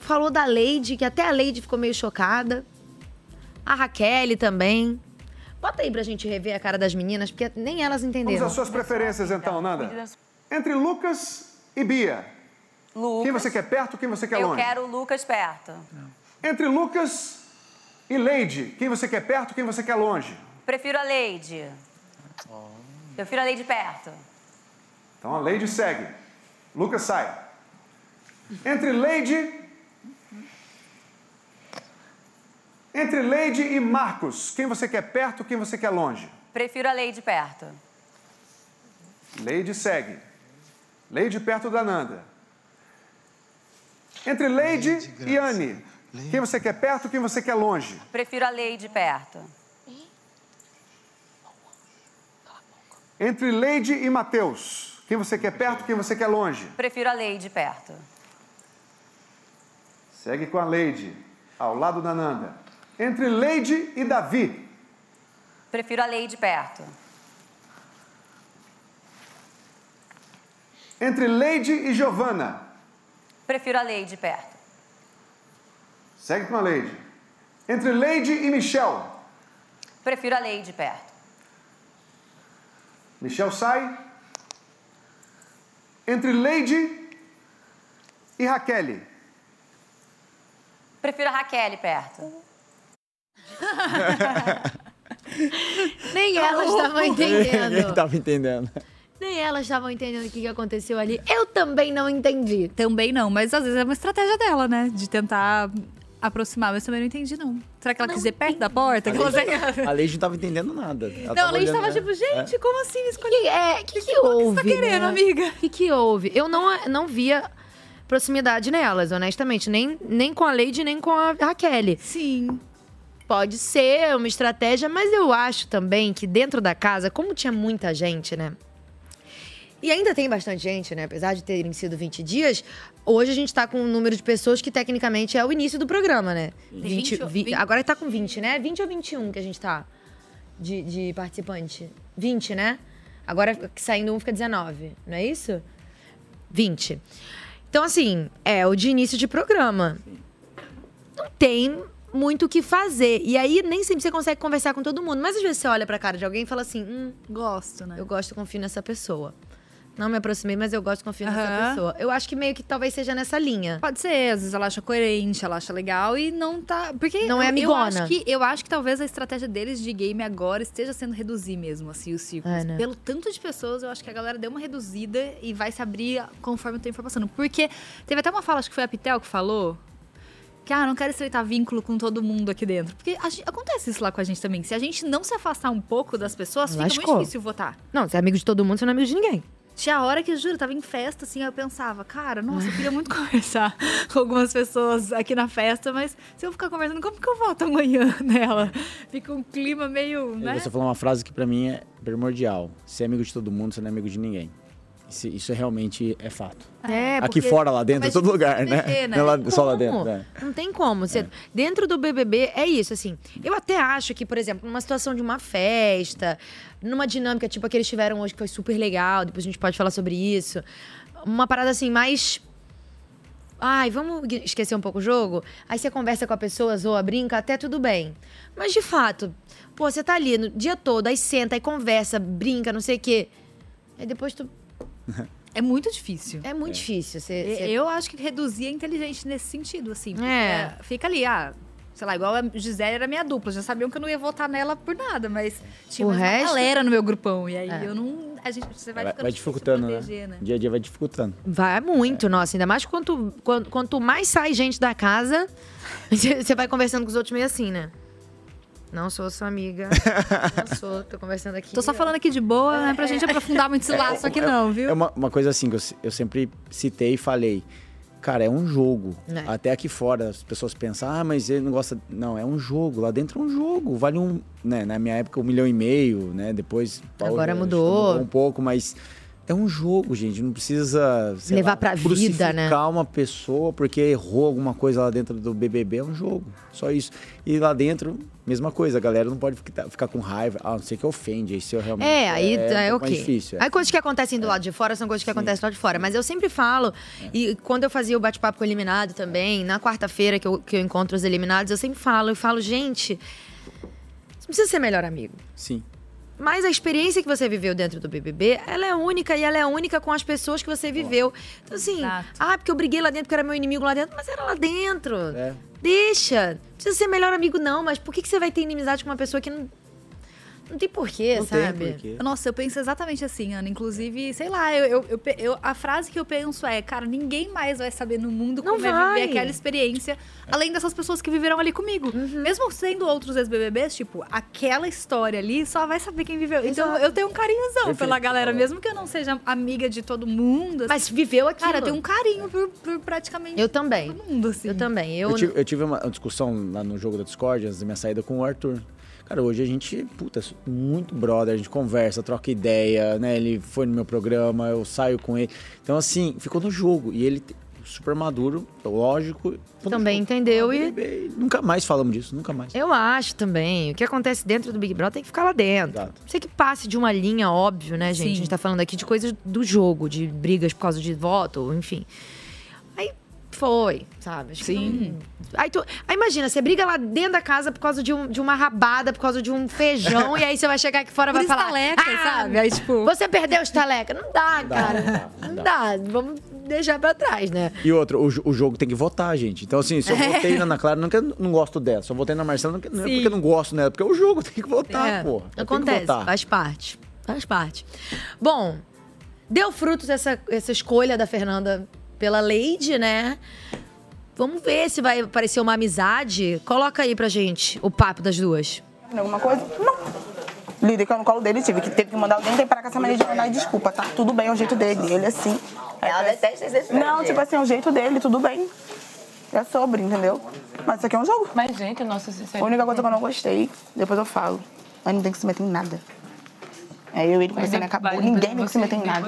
falou da Lady, que até a Lady ficou meio chocada. A Raquel também. Bota aí pra gente rever a cara das meninas, porque nem elas entenderam.
Vamos às suas preferências
Tá,
então, Nanda. Entre Lucas e Bia. Quem você quer perto, quem você quer
Eu
longe?
quero o Lucas perto.
Entre Lucas e Lady. Quem você quer perto, quem você quer longe?
Prefiro a Lady. Eu prefiro a Lady perto.
Então a Lady segue. Lucas sai. Entre Lady. Entre Lady e Marcos. Quem você quer perto, quem você quer longe?
Prefiro a Lady perto.
Lady segue. Lady perto da Nanda. Entre Lady, e Anne. Quem você quer perto, quem você quer longe?
Prefiro a Lady perto.
Entre Lady e Matheus. Quem você quer perto, quem você quer longe?
Prefiro a Lady perto.
Segue com a Lady, ao lado da Nanda. Entre Lady e Davi.
Prefiro a Lady perto.
Entre Lady e Giovanna.
Prefiro a Lady perto.
Segue com a Lady. Entre Lady e Michel.
Prefiro a Lady perto.
Michel sai. Entre Lady e Raquel.
Prefiro a Raquel perto.
Nem elas estavam entendendo.
Tava entendendo.
Nem elas estavam entendendo o que que aconteceu ali. Eu também não entendi.
Também não, mas às vezes é uma estratégia dela, né? De tentar aproximar, mas também não entendi, não. Será que ela quis ir perto da porta? Que ela-
A Lady não tava entendendo nada. Ela
tá Não,
tava
a Leite
olhando,
tava
né?
tipo, gente,
É.
como assim? Escolhi...
Que, é, que, que, houve?
tá querendo, amiga?
O que, que houve? Eu não, não via proximidade nelas, honestamente. Nem, nem com a Lady, nem com a Raquel.
Sim.
Pode ser uma estratégia, mas eu acho também que dentro da casa, como tinha muita gente, né? E ainda tem bastante gente, né? Apesar de terem sido 20 dias, hoje a gente tá com um número de pessoas que tecnicamente é o início do programa, né?
20 ou-
vi-
20.
Agora tá com 20, né? 20 ou 21 que a gente tá de, de participante? 20, né? Agora que saindo um fica 19, não é isso? 20. Então, assim, é o de início de programa. Não tem muito o que fazer. E aí, nem sempre você consegue conversar com todo mundo. Mas às vezes você olha pra cara de alguém e fala assim: hum,
gosto, né?
Eu gosto, confio nessa pessoa. Não me aproximei, mas eu gosto, confio nessa
Aham.
pessoa. Eu acho que meio que talvez seja nessa linha.
Pode ser, às vezes ela acha coerente, ela acha legal e não tá. Porque
Não é
eu-
amigona.
Eu acho, que, eu acho que talvez a estratégia deles de game agora esteja sendo reduzir mesmo, assim, os ciclos.
É, né?
Pelo tanto de pessoas, eu acho que a galera deu uma reduzida e vai se abrir conforme o tempo for passando. Porque teve até uma fala, acho que foi a Pitel que falou. Que, ah, não quero estreitar vínculo com todo mundo aqui dentro. Porque a gente- acontece isso lá com a gente também. Se a gente não se afastar um pouco das pessoas, fica
Lascou.
muito difícil votar.
Não, você é amigo de todo mundo, você não é amigo de ninguém.
Tinha hora que, eu juro, eu tava em festa, assim, eu pensava, cara, nossa, eu queria muito conversar com algumas pessoas aqui na festa, mas se eu ficar conversando, como que eu volto amanhã nela? Fica um clima meio, né?
É. Você falou uma frase que pra mim é primordial. Ser amigo de todo mundo, você não é amigo de ninguém. Isso, isso realmente é fato.
É,
Aqui
porque-
fora, lá dentro,
Mas
em todo lugar, né?
BBB, né?
Não é lá- só lá
Como?
dentro. é.
Não tem como. Você- Dentro do BBB é isso, assim. Eu até acho que, por exemplo, numa situação de uma festa, numa dinâmica tipo a que eles tiveram hoje, que foi super legal, depois a gente pode falar sobre isso. Uma parada assim, mais. Ai, vamos gue- esquecer um pouco o jogo? Aí você conversa com a pessoa, zoa, brinca, até tudo bem. Mas de fato, pô, você tá ali no dia todo, aí senta, aí conversa, brinca, não sei o quê. Aí depois tu.
É muito difícil.
É muito difícil. Você,
E-
você-
Eu acho que reduzir é inteligente nesse sentido, assim. porque,
É.
é, Fica ali, ah, sei lá, igual a Gisele era minha dupla, já sabiam que eu não ia votar nela por nada, mas tinha
O
mais uma
resto-
galera no meu grupão, e aí
É.
eu não... A gente, você vai,
Vai,
ficando
vai dificultando, né?
proteger, né?
Dia a dia vai dificultando.
Vai é muito, nossa. Ainda mais quanto, quanto, quanto mais sai gente da casa, você vai conversando com os outros meio assim, né? Não sou sua amiga. não sou, tô conversando aqui.
Tô só falando aqui de boa, né? Pra gente aprofundar muito esse laço aqui, não, viu?
É uma, uma coisa assim que eu, se- eu sempre citei e falei. Cara, é um jogo.
É.
Até aqui fora as pessoas pensam, ah, mas ele não gosta. Não, é um jogo. Lá dentro é um jogo. Vale um. Né, na minha época, um milhão e meio, né? Depois. pau,
Agora
acho que
mudou.
Um pouco, mas É um jogo, gente. Não precisa sei
Levar
lá,
pra vida,
crucificar
né?
uma pessoa porque errou alguma coisa lá dentro do BBB. É um jogo. Só isso. E lá dentro, mesma coisa. A galera não pode ficar, ficar com raiva. A não ser que ofende. Aí se eu realmente.
É, aí é,
um
o
pouco mais
quê?
difícil. é. É.
Aí coisas que acontecem do lado de fora são coisas que acontecem do lado de fora. Mas eu sempre falo, e quando eu fazia o bate-papo com o eliminado também, na quarta-feira que eu, que eu encontro os eliminados, eu sempre falo, eu falo, gente, você não precisa ser melhor amigo.
Sim.
Mas a experiência que você viveu dentro do BBB, ela é única e ela é única com as pessoas que você viveu. Então, assim, ah, porque eu briguei lá dentro, porque era meu inimigo lá dentro, mas era lá dentro.
É.
Deixa. Não precisa ser melhor amigo, não, mas por que, que você vai ter inimizade com uma pessoa que não. Não tem porquê, sabe?
Nossa, eu penso exatamente assim, Ana. Inclusive, sei lá, eu, eu- eu pe- eu- a frase que eu penso é, cara, ninguém mais vai saber no mundo como é
vai.
viver aquela experiência, além dessas pessoas que viveram ali comigo.
Uhum.
Mesmo sendo outros ex-BBBs, tipo, aquela história ali só vai saber quem viveu. Então, eu tenho um carinhozão
Perfeito,
pela galera, mesmo que eu não seja amiga de todo mundo.
Mas viveu aquilo.
Cara, eu tenho um carinho por, por praticamente
Eu também.
todo mundo, assim.
Eu também.
Eu, tive, eu tive uma discussão lá no jogo da Discord, antes da minha saída com o Arthur. Cara, hoje a gente, puta, é muito brother, a gente conversa, troca ideia, né? Ele foi no meu programa, eu saio com ele. Então, assim, ficou no jogo. E ele, super maduro, lógico.
Também entendeu e.
Nunca mais falamos disso, nunca mais.
Eu acho também. O que acontece dentro do Big Brother tem que ficar lá dentro. Não Sei que passe de uma linha, óbvio, né, gente?
Sim.
A gente tá falando aqui de coisas do jogo, de brigas por causa de voto, enfim. Aí foi, sabe? Acho que não-
Sim.
Aí, tu... aí imagina, você briga lá dentro da casa por causa de, um- de uma rabada, por causa de um feijão, e aí você vai chegar aqui fora e
Por
vai falar.
estaleca, sabe? Aí,
tipo. Você perdeu os estaleca. Não dá,
dá,
cara.
não dá,
Não dá. Vamos deixar pra trás, né?
E outro, o, jo- o jogo tem que votar, gente. Então, assim, se eu
É.
votei na Ana Clara, não, que eu não gosto dela. Se eu votei na Marcela, não, que- não é
Sim.
porque eu não gosto dela, porque o jogo tem que votar,
É,
porra. Tem que
Acontece,
votar.
faz parte. Faz parte. Bom, deu frutos essa, essa escolha da Fernanda pela Lady, né? Vamos ver se vai parecer uma amizade. Coloca aí pra gente o papo das duas.
Alguma coisa? Não. Líder que eu no colo dele, tive que teve que mandar alguém tem parar com essa mania de mandar desculpa, tá? Tudo bem, é o jeito dele. Ele é assim.
Ela detesta esse
Não, tipo assim, é o jeito dele, tudo bem. É sobre, entendeu? Mas isso aqui é um jogo.
Mas, gente, nossa,
A única coisa que eu não gostei, depois eu falo. Nós não tem que se meter em nada. Aí eu e ele começando acabou. Ninguém tem que se meter em nada.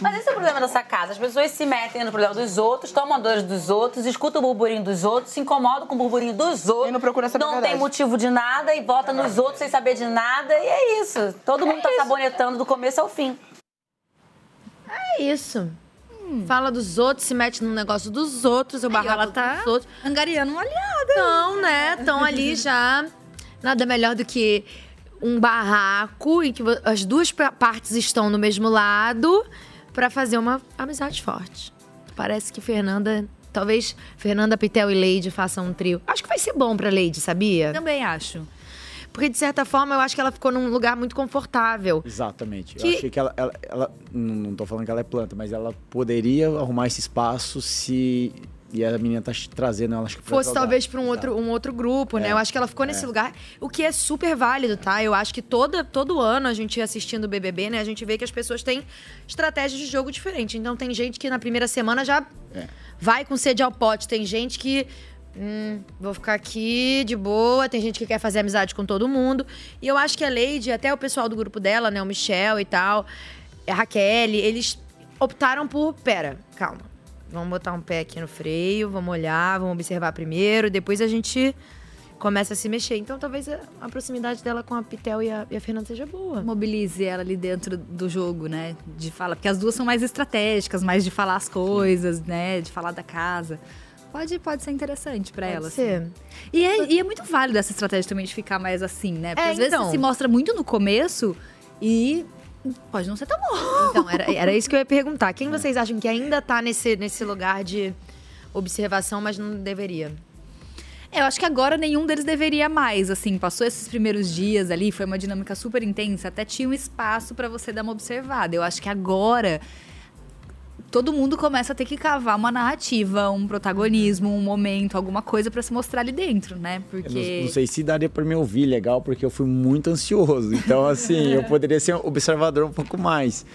Mas esse é o problema dessa casa. As pessoas se metem no problema dos outros, tomam a dor dos outros, escutam o burburinho dos outros, se incomodam com o burburinho dos outros. E não procura saber Não tem motivo de nada e vota nos outros sem saber de nada. E é isso. Todo mundo tá sabonetando do começo ao fim.
É isso. Fala dos outros, se mete no negócio dos outros, eu barrava tá dos outros. Angariando uma aliada. Não, né? Estão ali já. Nada melhor do que um barraco em que vo- as duas pa- partes estão no mesmo lado pra fazer uma amizade forte. Parece que Fernanda. Talvez Fernanda, Pitel e Leide façam um trio. Acho que vai ser bom pra Leide, sabia?
Também acho.
Porque, de certa forma, eu acho que ela ficou num lugar muito confortável.
Exatamente.
Que-
Eu achei que ela, ela, ela- Não não tô falando que ela é planta, mas ela poderia arrumar esse espaço se. E a menina tá ch- trazendo ela, acho que pra
fosse
jogar.
talvez para um outro, um outro grupo, né?
É.
Eu acho que ela ficou
É.
nesse lugar, o que é super válido, tá? Eu acho que toda, todo ano a gente assistindo o BBB, né? A gente vê que as pessoas têm estratégias de jogo diferente. Então tem gente que na primeira semana já
É.
vai com sede ao pote, tem gente que hum, vou ficar aqui de boa, tem gente que quer fazer amizade com todo mundo. E eu acho que a Lady, até o pessoal do grupo dela, né, o Michel e tal, a Raquel, eles optaram por, pera, calma. Vamos botar um pé aqui no freio, vamos olhar, vamos observar primeiro, depois a gente começa a se mexer. Então talvez a, a proximidade dela com a Pitel e a, e a Fernanda seja boa.
mobilize ela ali dentro do jogo, né? De falar, porque as duas são mais estratégicas, mais de falar as coisas, né? De falar da casa. Pode, pode ser interessante pra
Pode
ela.
ser.
assim. E, é, e é muito válido essa estratégia também de ficar mais assim, né? Porque
É,
às vezes
então.
você se mostra muito no começo e pode não ser tão bom. É.
Então, era, era isso que eu ia perguntar. Quem vocês acham que ainda tá nesse, nesse lugar de observação, mas não deveria?
É, eu acho que agora nenhum deles deveria mais, assim, passou esses primeiros dias ali, foi uma dinâmica super intensa, até tinha um espaço pra você dar uma observada. Eu acho que agora todo mundo começa a ter que cavar uma narrativa, um protagonismo, um momento, alguma coisa pra se mostrar ali dentro, né?
Eu não,
Porque
não sei se daria pra me ouvir legal, porque eu fui muito ansioso. Então, assim, eu poderia ser um observador um pouco mais.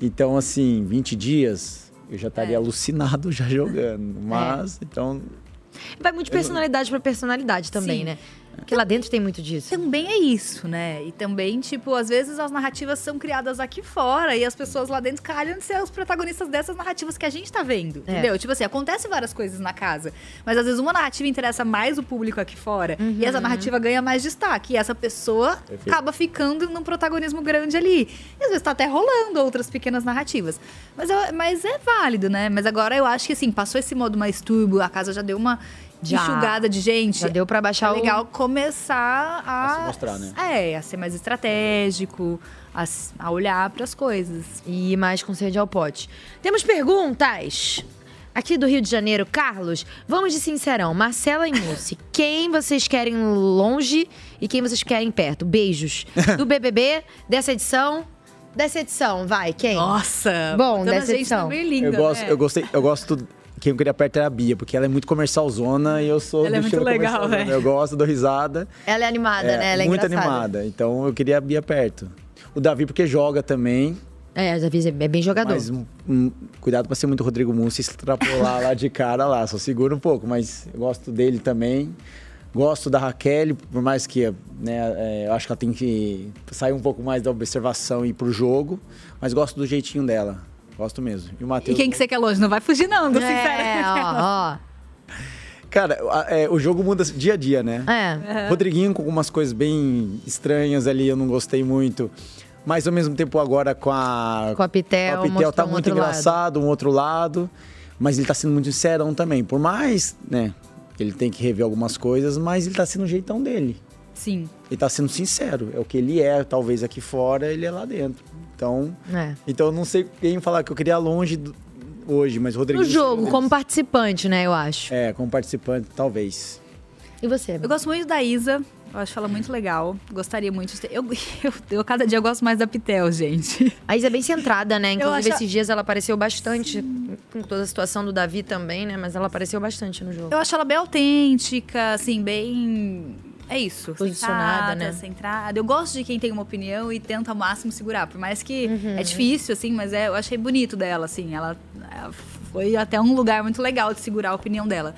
Então, assim, 20 dias, eu
É.
já estaria alucinado já jogando. Mas, então,
Vai muito de personalidade pra personalidade também,
Sim.
né? Porque lá dentro tem muito disso.
Também é isso, né? E também, tipo, às vezes as narrativas são criadas aqui fora e as pessoas lá dentro calham de ser os protagonistas dessas narrativas que a gente tá vendo.
É.
Entendeu? Tipo assim, acontece várias coisas na casa, mas às vezes uma narrativa interessa mais o público aqui fora e
Uhum.
essa narrativa ganha mais destaque. E essa pessoa
Perfeito.
acaba ficando num protagonismo grande ali. E às vezes tá até rolando outras pequenas narrativas. Mas, eu- mas é válido, né? Mas agora eu acho que assim, passou esse modo mais turbo, a casa já deu uma.
Já.
Enxugada de gente.
Já deu pra baixar
é
o-
legal começar a.
se mostrar, né?
É, a ser mais estratégico, a, s- a olhar para as coisas.
E mais com sede ao pote. Temos perguntas. Aqui do Rio de Janeiro, Carlos, vamos de sincerão. Marcela e Mussi, quem vocês querem longe e quem vocês querem perto? Beijos. Do BBB, dessa edição. Dessa edição, vai, quem?
Nossa!
Bom,
botando a
dessa
gente
edição.
também
eu gosto,
né?
eu gostei, eu gosto. Quem eu queria perto era a Bia, porque ela é muito comercialzona e eu sou
Ela é
do estilo
muito legal,
comercialzona.
velho.
Eu gosto, dou risada.
Ela é animada, né? Ela é
muito
engraçada.
animada. Então eu queria a Bia perto. O Davi, porque joga também.
É, a Davi é bem jogador.
Mas um- um- cuidado pra ser muito Rodrigo Mussi e se extrapolar lá de cara lá. Só segura um pouco, mas eu gosto dele também. Gosto da Raquel, por mais que né, é, eu acho que ela tem que sair um pouco mais da observação e ir pro jogo. Mas gosto do jeitinho dela. Gosto mesmo. E o
E
Matheus.
quem que você quer longe? Não vai fugir, não, do
É,
sincero.
ó,
Cara, a- é, o jogo muda dia a dia, né?
É. Uhum.
Rodriguinho com algumas coisas bem estranhas ali, eu não gostei muito. Mas ao mesmo tempo agora com a.
Com a Pitel,
com a Pitel
mostrou
tá
um
muito
outro lado.
engraçado, um outro lado. Mas ele tá sendo muito sincerão também. Por mais, né? Ele tem que rever algumas coisas, mas ele tá sendo o jeitão dele.
Sim.
Ele tá sendo sincero. É o que ele é, talvez aqui fora, ele é lá dentro. Então.
É.
Então eu não sei quem falar que eu queria longe do- hoje, mas
No
Rodriguinho.
jogo, como participante, né, eu acho.
É, como participante, talvez.
E você?
Eu gosto muito da Isa. Eu acho ela muito legal. Gostaria muito de ter. Eu, eu, eu cada dia eu gosto mais da Pitel, gente.
A Isa é bem centrada, né? Inclusive,
acho-
esses dias ela apareceu bastante, com toda a situação do Davi também, né? Mas ela apareceu bastante no jogo.
Eu acho ela bem autêntica, assim, bem. É isso.
Posicionada,
sensata,
né?
Centrada. Eu gosto de quem tem uma opinião e tenta ao máximo segurar. Por mais que
Uhum.
é difícil, assim, mas é- eu achei bonito dela, assim. Ela, ela foi até um lugar muito legal de segurar a opinião dela.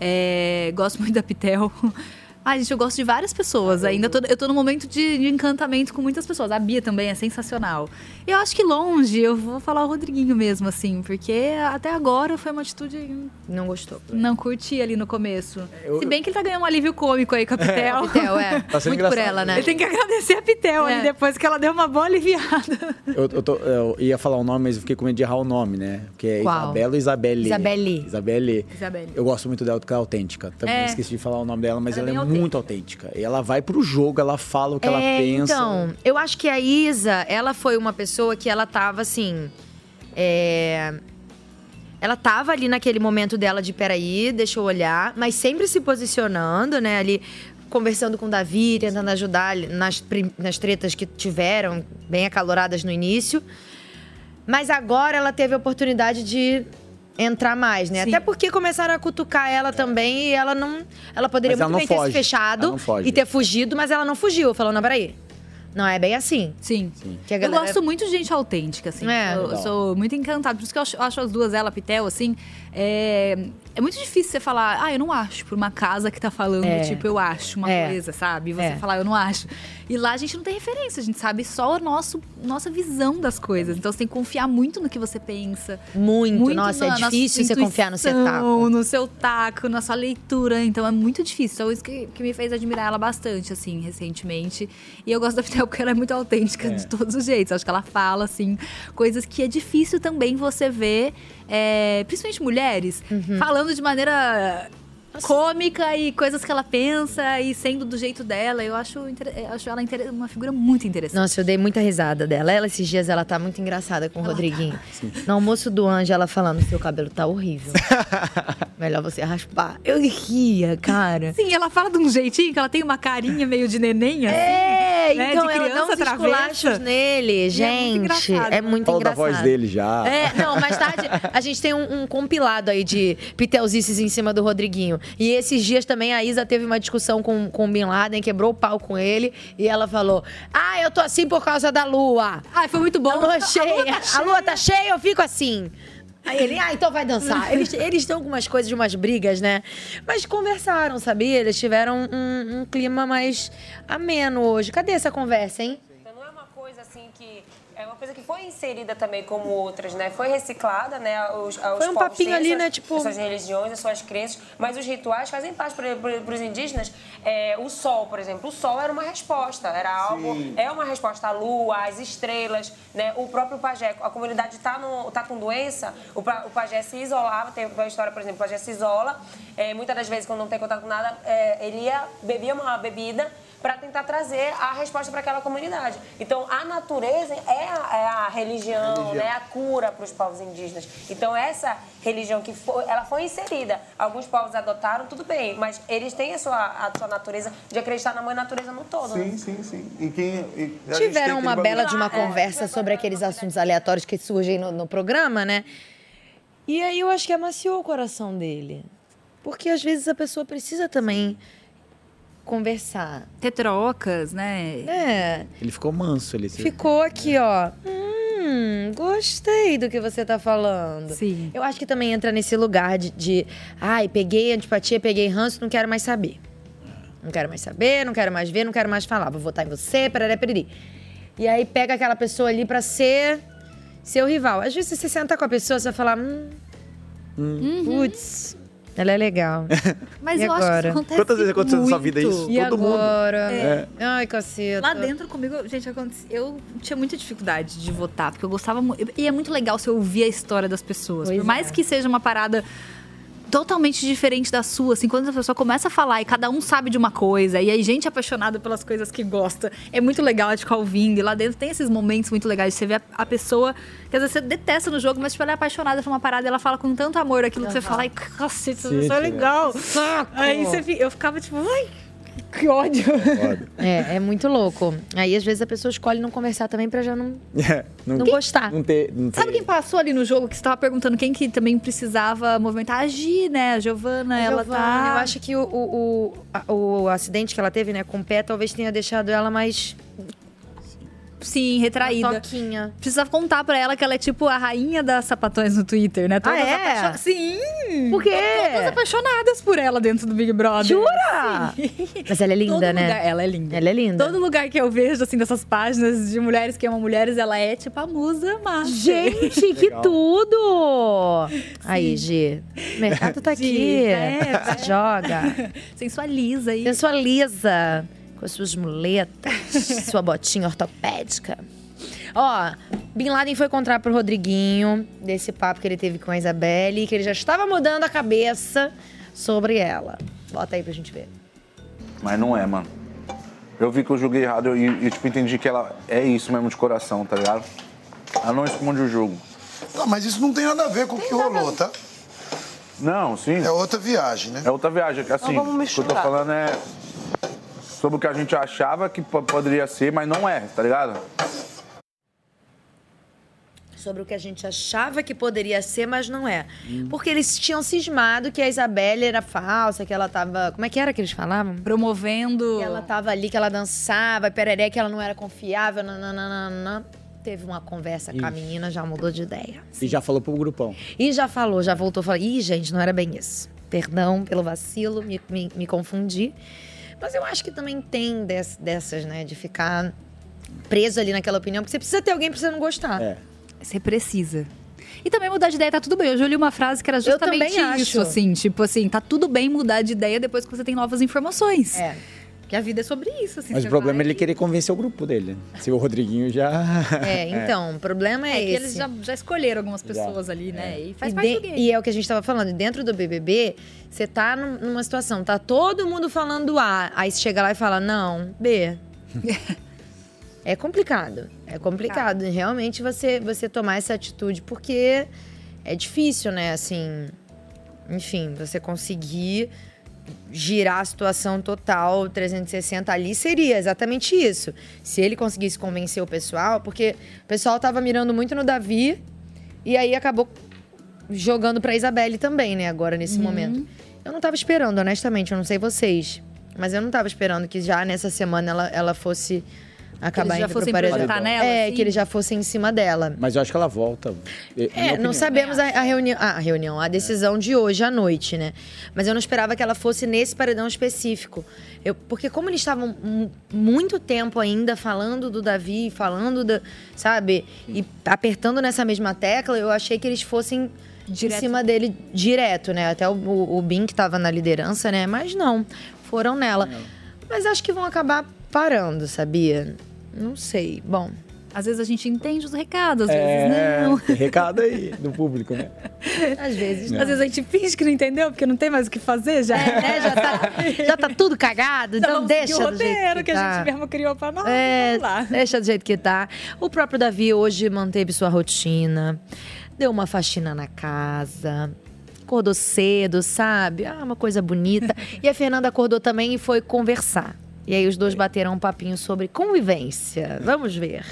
É, gosto muito da Pitel. Ai, gente, eu gosto de várias pessoas. Ainda tô, eu tô num momento de, de encantamento com muitas pessoas. A Bia também é sensacional. E eu acho que longe, eu vou falar o Rodriguinho mesmo, assim, porque até agora foi uma atitude
Não gostou.
não curti ali no começo. Se bem que ele tá ganhando um alívio cômico aí com a Pitel.
É. Pitel, é.
Tá sendo Muito por engraçado. ela, né?
Ele tem que agradecer a Pitel
É.
ali depois que ela deu uma boa aliviada.
Eu, eu tô- eu ia falar o nome, mas eu fiquei com medo de errar o nome, né? Porque é
Qual?
Isabela ou Isabelle?
Isabelle.
Isabelle.
Isabelle.
Eu gosto muito dela porque ela é autêntica. Também
É.
esqueci de falar o nome dela, mas
Ela
ela,
é
é
bem
muito autêntica. E ela vai pro jogo, ela fala o que ela
É,
pensa.
Então, eu acho que a Isa, ela foi uma pessoa que ela tava assim. é, Ela tava ali naquele momento dela de peraí, deixa eu olhar, mas sempre se posicionando, né? Ali conversando com o Davi, tentando ajudar ali nas, prim- nas tretas que tiveram, bem acaloradas no início. Mas agora ela teve a oportunidade de entrar mais, né? Até porque começaram a cutucar ela também e ela não. Ela poderia
Mas ela
muito
não
bem ter se
foge. Ela
fechado
não foge.
e ter fugido, mas ela não fugiu. Falou, não, peraí. Não é bem assim.
Sim.
Que a
Eu
galera-
gosto muito de gente autêntica, assim.
É.
Eu, eu
Legal.
sou muito encantada. Por isso que eu acho, eu acho as duas, ela, Pitel, assim. É, é muito difícil você falar, ah, eu não acho, por uma casa que tá falando,
É.
tipo, eu acho uma
É.
coisa, sabe? E você
É.
falar, eu não acho. E lá a gente não tem referência, a gente sabe só a nosso, nossa visão das
É.
coisas. Então você tem que confiar muito no que você pensa.
Muito, nossa, é
na nossa
difícil você confiar no seu
intuição,
taco.
No seu taco, na sua leitura. Então é muito difícil. Então isso que, que me fez admirar ela bastante, assim, recentemente. E eu gosto da Pitel porque ela é muito autêntica de todos os jeitos. Acho que ela fala, assim, coisas que é difícil também você ver, é, principalmente mulheres,
Uhum.
falando de maneira. Cômica e coisas que ela pensa e sendo do jeito dela, eu acho, inter- eu acho ela inter- uma figura muito interessante.
Nossa, eu dei muita risada dela. Ela, esses dias, ela tá muito engraçada com o Rodriguinho. No almoço do anjo, ela falando: seu cabelo tá horrível. Melhor você raspar. Eu ria, cara.
Sim, ela fala de um jeitinho que ela tem uma carinha meio de neném, assim.
É,
né?
então
de
ela dá
criança
uns esculachos
é
nele, gente.
engraçado,
É muito engraçado.
né? Fala da voz dele já.
É, não, mais tarde a gente tem um, um compilado aí de pitelzices em cima do Rodriguinho. E esses dias também a Isa teve uma discussão com, com o Bin Laden, quebrou o pau com ele. E ela falou, ah, eu tô assim por causa da lua.
Ai, foi muito bom.
A lua cheia. A lua tá cheia, eu tá fico assim. Aí ele, ah, então vai dançar. Eles, eles têm algumas coisas, umas brigas, né? Mas conversaram, sabia? Eles tiveram um, um clima mais ameno hoje. Cadê essa conversa, hein?
Então não é uma coisa assim que. É uma coisa que foi inserida também como outras, né? Foi reciclada, né? Os, os
Foi um
povos
papinho
têm
ali,
suas-
né? Tipo-
Suas religiões, as suas crenças, mas os rituais fazem parte. Para os indígenas, é, o sol, por exemplo, o sol era uma resposta, era algo.
Sim.
É uma resposta à lua, às estrelas, né? O próprio pajé, a comunidade tá, no, tá com doença, o, pa- o pajé se isolava, tem uma história, por exemplo, o pajé se isola, é, muitas das vezes quando não tem contato com nada, é, ele ia, bebia uma bebida para tentar trazer a resposta para aquela comunidade. Então, a natureza é a, é a religião,
Religião.
né? A cura para os povos indígenas. Então, essa religião que foi, ela foi inserida. Alguns povos adotaram, tudo bem, mas eles têm a sua, a sua natureza de acreditar na mãe natureza no todo. né?
Sim, sim, sim. E quem. e a gente tem
Tiveram uma
aquele
bela
bagulho-
de uma conversa sobre aqueles assuntos aleatórios que surgem no, no programa, né? E aí eu acho que amaciou o coração dele. Porque às vezes a pessoa precisa também conversar.
Ter trocas, né?
É.
Ele ficou manso ali. você-
Ficou aqui, ó. Hum, gostei do que você tá falando.
Sim.
Eu acho que também entra nesse lugar de, de ai, peguei antipatia, peguei ranço, não quero mais saber. Não quero mais saber, não quero mais ver, não quero mais falar. Vou votar em você, pereré, periri. E aí pega aquela pessoa ali pra ser seu rival. Às vezes você sentar com a pessoa, você vai falar, hum, putz, ela é legal.
Uhum. Mas
E
eu acho que isso
agora?
acontece Quantas vezes aconteceu na sua vida isso?
E
Todo mundo.
agora?
É.
Ai, caceta.
Lá dentro comigo, gente, aconte- eu tinha muita dificuldade de votar, porque eu gostava muito. E é muito legal você ouvir a história das pessoas. Por mais
é.
que seja uma parada totalmente diferente da sua, assim, quando a pessoa começa a falar e cada um sabe de uma coisa, e aí gente apaixonada pelas coisas que gosta, é muito legal de ficar ouvindo. E lá dentro tem esses momentos muito legais de você ver a, a pessoa que às vezes você detesta no jogo, mas tipo, ela é apaixonada por uma parada e ela fala com tanto amor aquilo que você
Aham.
fala, ai, cacete,
Cacete,
isso é legal.
velho. Saco!
Aí você, fi- eu ficava tipo, ai, que ódio.
É, é muito louco. Aí às vezes a pessoa escolhe não conversar também pra já não.
É,
Não
tem-
gostar.
Não ter, não ter-
Sabe quem passou ali no jogo que você tava perguntando quem que também precisava movimentar? A Gi, né? A Giovana, ela
Giovana,
tá.
Eu acho que o, o, o, a- o acidente que ela teve, né, com o pé, talvez tenha deixado ela mais.
Sim, retraída.
Uma toquinha.
Precisava contar pra ela que ela é tipo a rainha das sapatões no Twitter, né? Todas
Ah, é?
apaixon- Sim!
Por quê?
Todas apaixonadas por ela dentro do Big Brother.
Jura? Mas ela é linda,
Todo
né?
lugar- ela é linda.
Ela é linda.
Todo lugar que eu vejo, assim, dessas páginas de mulheres que amam mulheres, ela é tipo a musa mágica.
Gente, que
Legal.
tudo! Aí, G. O mercado tá aqui.
Gi, é,
Se joga.
Sensualiza aí.
Sensualiza. Com as suas muletas, sua botinha ortopédica. Ó, Bin Laden foi encontrar pro Rodriguinho desse papo que ele teve com a Isabelle, que ele já estava mudando a cabeça sobre ela. Bota aí pra gente ver.
Mas não é, mano. Eu vi que eu julguei errado e, e, tipo, entendi que ela é isso mesmo de coração, tá ligado? Ela não é esconde o jogo.
Não, mas isso não tem nada a ver com o que rolou, tá?
Não, sim. É
outra viagem, né?
É outra viagem. Assim,
Então
Não vamos me
o que eu tô
chutar.
falando é sobre o que a gente achava que po- poderia ser, mas não é, tá ligado?
Sobre o que a gente achava que poderia ser, mas não é.
Hum.
Porque eles tinham cismado que a Isabelle era falsa, que ela tava. Como é que era que eles falavam?
Promovendo.
Que ela tava ali, que ela dançava, pereré, que ela não era confiável, nananana. Teve uma conversa com a
Ixi.
menina, já mudou de ideia.
E já falou pro grupão.
E já falou, já voltou a falar. Ih, gente, não era bem isso. Perdão pelo vacilo, me, me, me confundi. Mas eu acho que também tem des- dessas, né? De ficar preso ali naquela opinião, porque você precisa ter alguém pra você não gostar. É.
Você precisa. E também mudar de ideia tá tudo bem. Hoje eu li uma frase que era justamente
também
isso,
acho.
assim. Tipo assim, tá tudo bem mudar de ideia depois que você tem novas informações.
É.
Que a vida é sobre isso, assim.
Mas
você
o problema
vai-
é ele querer convencer o grupo dele. Se o Rodriguinho já.
É, então, o problema é,
É que
esse.
eles já, já escolheram algumas pessoas ali, né? E faz
e,
parte
de-
do game.
e é o que a gente tava falando, dentro do BBB, você tá num- numa situação, tá todo mundo falando A, aí você chega lá e fala, não, B. é complicado, é
Tá.
complicado. Realmente você, você tomar essa atitude, porque é difícil, né, assim... Enfim, você conseguir girar a situação total 360 ali seria exatamente isso. Se ele conseguisse convencer o pessoal, porque o pessoal tava mirando muito no Davi e aí acabou jogando pra Isabelle também, né, agora nesse
Uhum.
momento. Eu não tava esperando, honestamente, eu não sei vocês, mas eu não tava esperando que já nessa semana ela, ela fosse acabar
eles já
indo pro
fossem
paredão.
projetar nela,
É,
assim?
que ele já fosse em cima dela.
Mas eu acho que ela volta. É,
É, não sabemos a, a reunião, a reunião, a decisão de hoje à noite, né? Mas eu não esperava que ela fosse nesse paredão específico. Eu, porque como eles estavam mu- muito tempo ainda falando do Davi, falando da, sabe, e apertando nessa mesma tecla, eu achei que eles fossem em cima dele direto, né? Até o, o, o Bin que tava na liderança, né? Mas não, foram nela. Mas acho que vão acabar parando, sabia? Não sei. Bom,
Às vezes a gente entende os recados, às
É,
vezes né? não.
tem recado aí do público, né?
Às vezes,
não.
Às vezes a gente finge que não entendeu, porque não tem mais o que fazer já. É,
né? Já tá, já tá tudo cagado, então
vamos
deixa
seguir o
do jeito
roteiro
que
que a
tá.
gente mesmo criou pra nós.
É,
vamos lá.
deixa do jeito que tá. O próprio Davi hoje manteve sua rotina, deu uma faxina na casa, acordou cedo, sabe? Ah, uma coisa bonita. E a Fernanda acordou também e foi conversar. E aí os dois bateram um papinho sobre convivência. Vamos ver.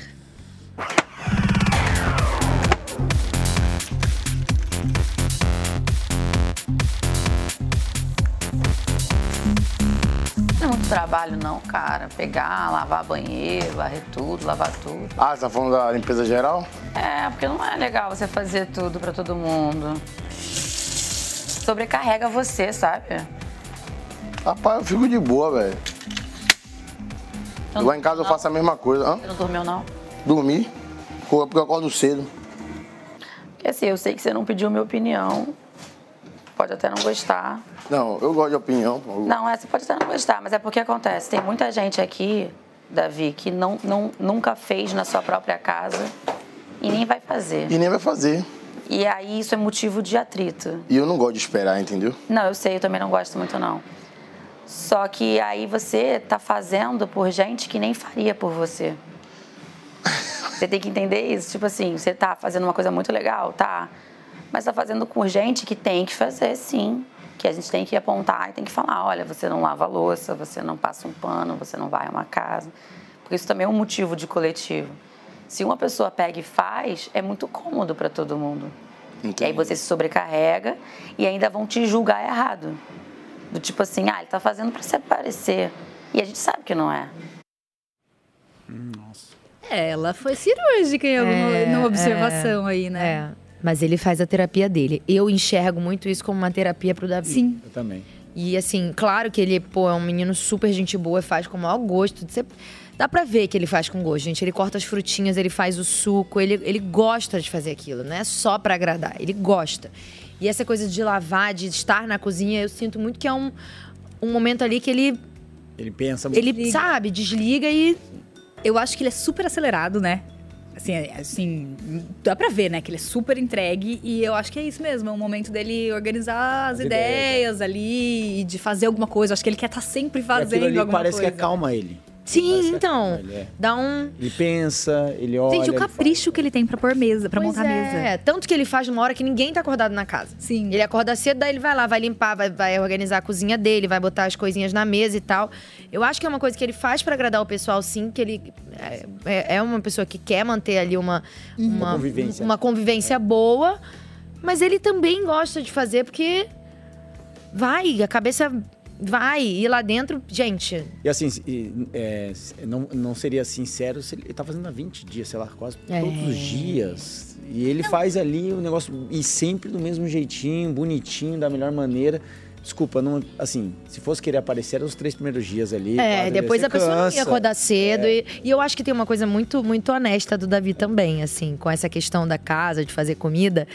Não é muito trabalho, não, cara. Pegar, lavar banheiro, varrer tudo, lavar tudo.
Ah, você tá falando da limpeza geral?
É, porque não é legal você fazer tudo pra todo mundo. Sobrecarrega você, sabe?
Rapaz, eu fico de boa, velho. Lá em casa eu faço a mesma coisa. Hã?
Você não dormiu, não?
Dormir, co- porque eu acordo cedo.
Porque assim, eu sei que você não pediu minha opinião. Pode até não gostar.
Não, eu gosto de opinião. pô.
Não, é, você pode até não gostar, mas é porque acontece. Tem muita gente aqui, Davi, que não, não, nunca fez na sua própria casa e nem vai fazer.
E nem vai fazer.
E aí isso é motivo de atrito.
E eu não gosto de esperar, entendeu?
Não, eu sei, eu também não gosto muito, não. Só que aí você tá fazendo por gente que nem faria por você. Você tem que entender isso. Tipo assim, você tá fazendo uma coisa muito legal, tá? Mas tá fazendo com gente que tem que fazer, sim. Que a gente tem que apontar e tem que falar: olha, você não lava a louça, você não passa um pano, você não vai a uma casa. Porque isso também é um motivo de coletivo. Se uma pessoa pega e faz, é muito cômodo para todo mundo. E aí você se sobrecarrega e ainda vão te julgar errado. Do tipo assim, ah, ele tá fazendo pra se aparecer. E a gente sabe que não é.
Mm,
É, Ela foi cirúrgica em alguma
É,
numa observação aí, né?
Mas ele faz a terapia dele. Eu enxergo muito isso como uma terapia pro Davi. Sim.
Eu também.
E assim, claro que ele, pô, é um menino super gente boa, faz com o maior gosto. Você- Dá pra ver que ele faz com gosto, gente. Ele corta as frutinhas, ele faz o suco, ele, ele gosta de fazer aquilo, não é só pra agradar, ele gosta. E essa coisa de lavar, de estar na cozinha, eu sinto muito que é um, um momento ali que ele,
Ele pensa muito.
ele sabe, desliga e.
Eu acho que ele é super acelerado, né? Assim, é- assim, dá pra ver, né? Que ele é super entregue e eu acho que é isso mesmo. É um momento dele organizar as,
As
ideias, ali e de fazer alguma coisa. Eu acho que ele quer estar sempre
E
fazendo
aquilo ali
alguma
parece
coisa.
que é acalma ele.
Sim, então.
Ele, é.
Dá um.
Ele pensa, ele olha.
Gente, o
ele
capricho que ele tem pra pôr mesa, pra montar
é.
mesa.
É, tanto que ele faz numa hora que ninguém tá acordado na casa.
Sim.
Ele acorda cedo, daí ele vai lá, vai limpar, vai, vai organizar a cozinha dele, vai botar as coisinhas na mesa e tal. Eu acho que é uma coisa que ele faz pra agradar o pessoal, sim, que ele é- é, é uma pessoa que quer manter ali uma,
Uhum.
uma,
Uma convivência.
uma convivência boa, mas ele também gosta de fazer porque vai, a cabeça vai, e lá dentro, gente,
E assim, e, é, não, não seria sincero se ele tá fazendo há 20 dias, sei lá, quase
É.
todos os dias. E ele faz ali o negócio, e sempre do mesmo jeitinho, bonitinho, da melhor maneira. Desculpa, não, assim, se fosse querer aparecer, eram os três primeiros dias
É,
ali. quatro dias,
depois
você
a pessoa não
cansa.
ia acordar cedo.
É.
E, e eu acho que tem uma coisa muito, muito honesta do Davi também, assim, com essa questão da casa, de fazer comida.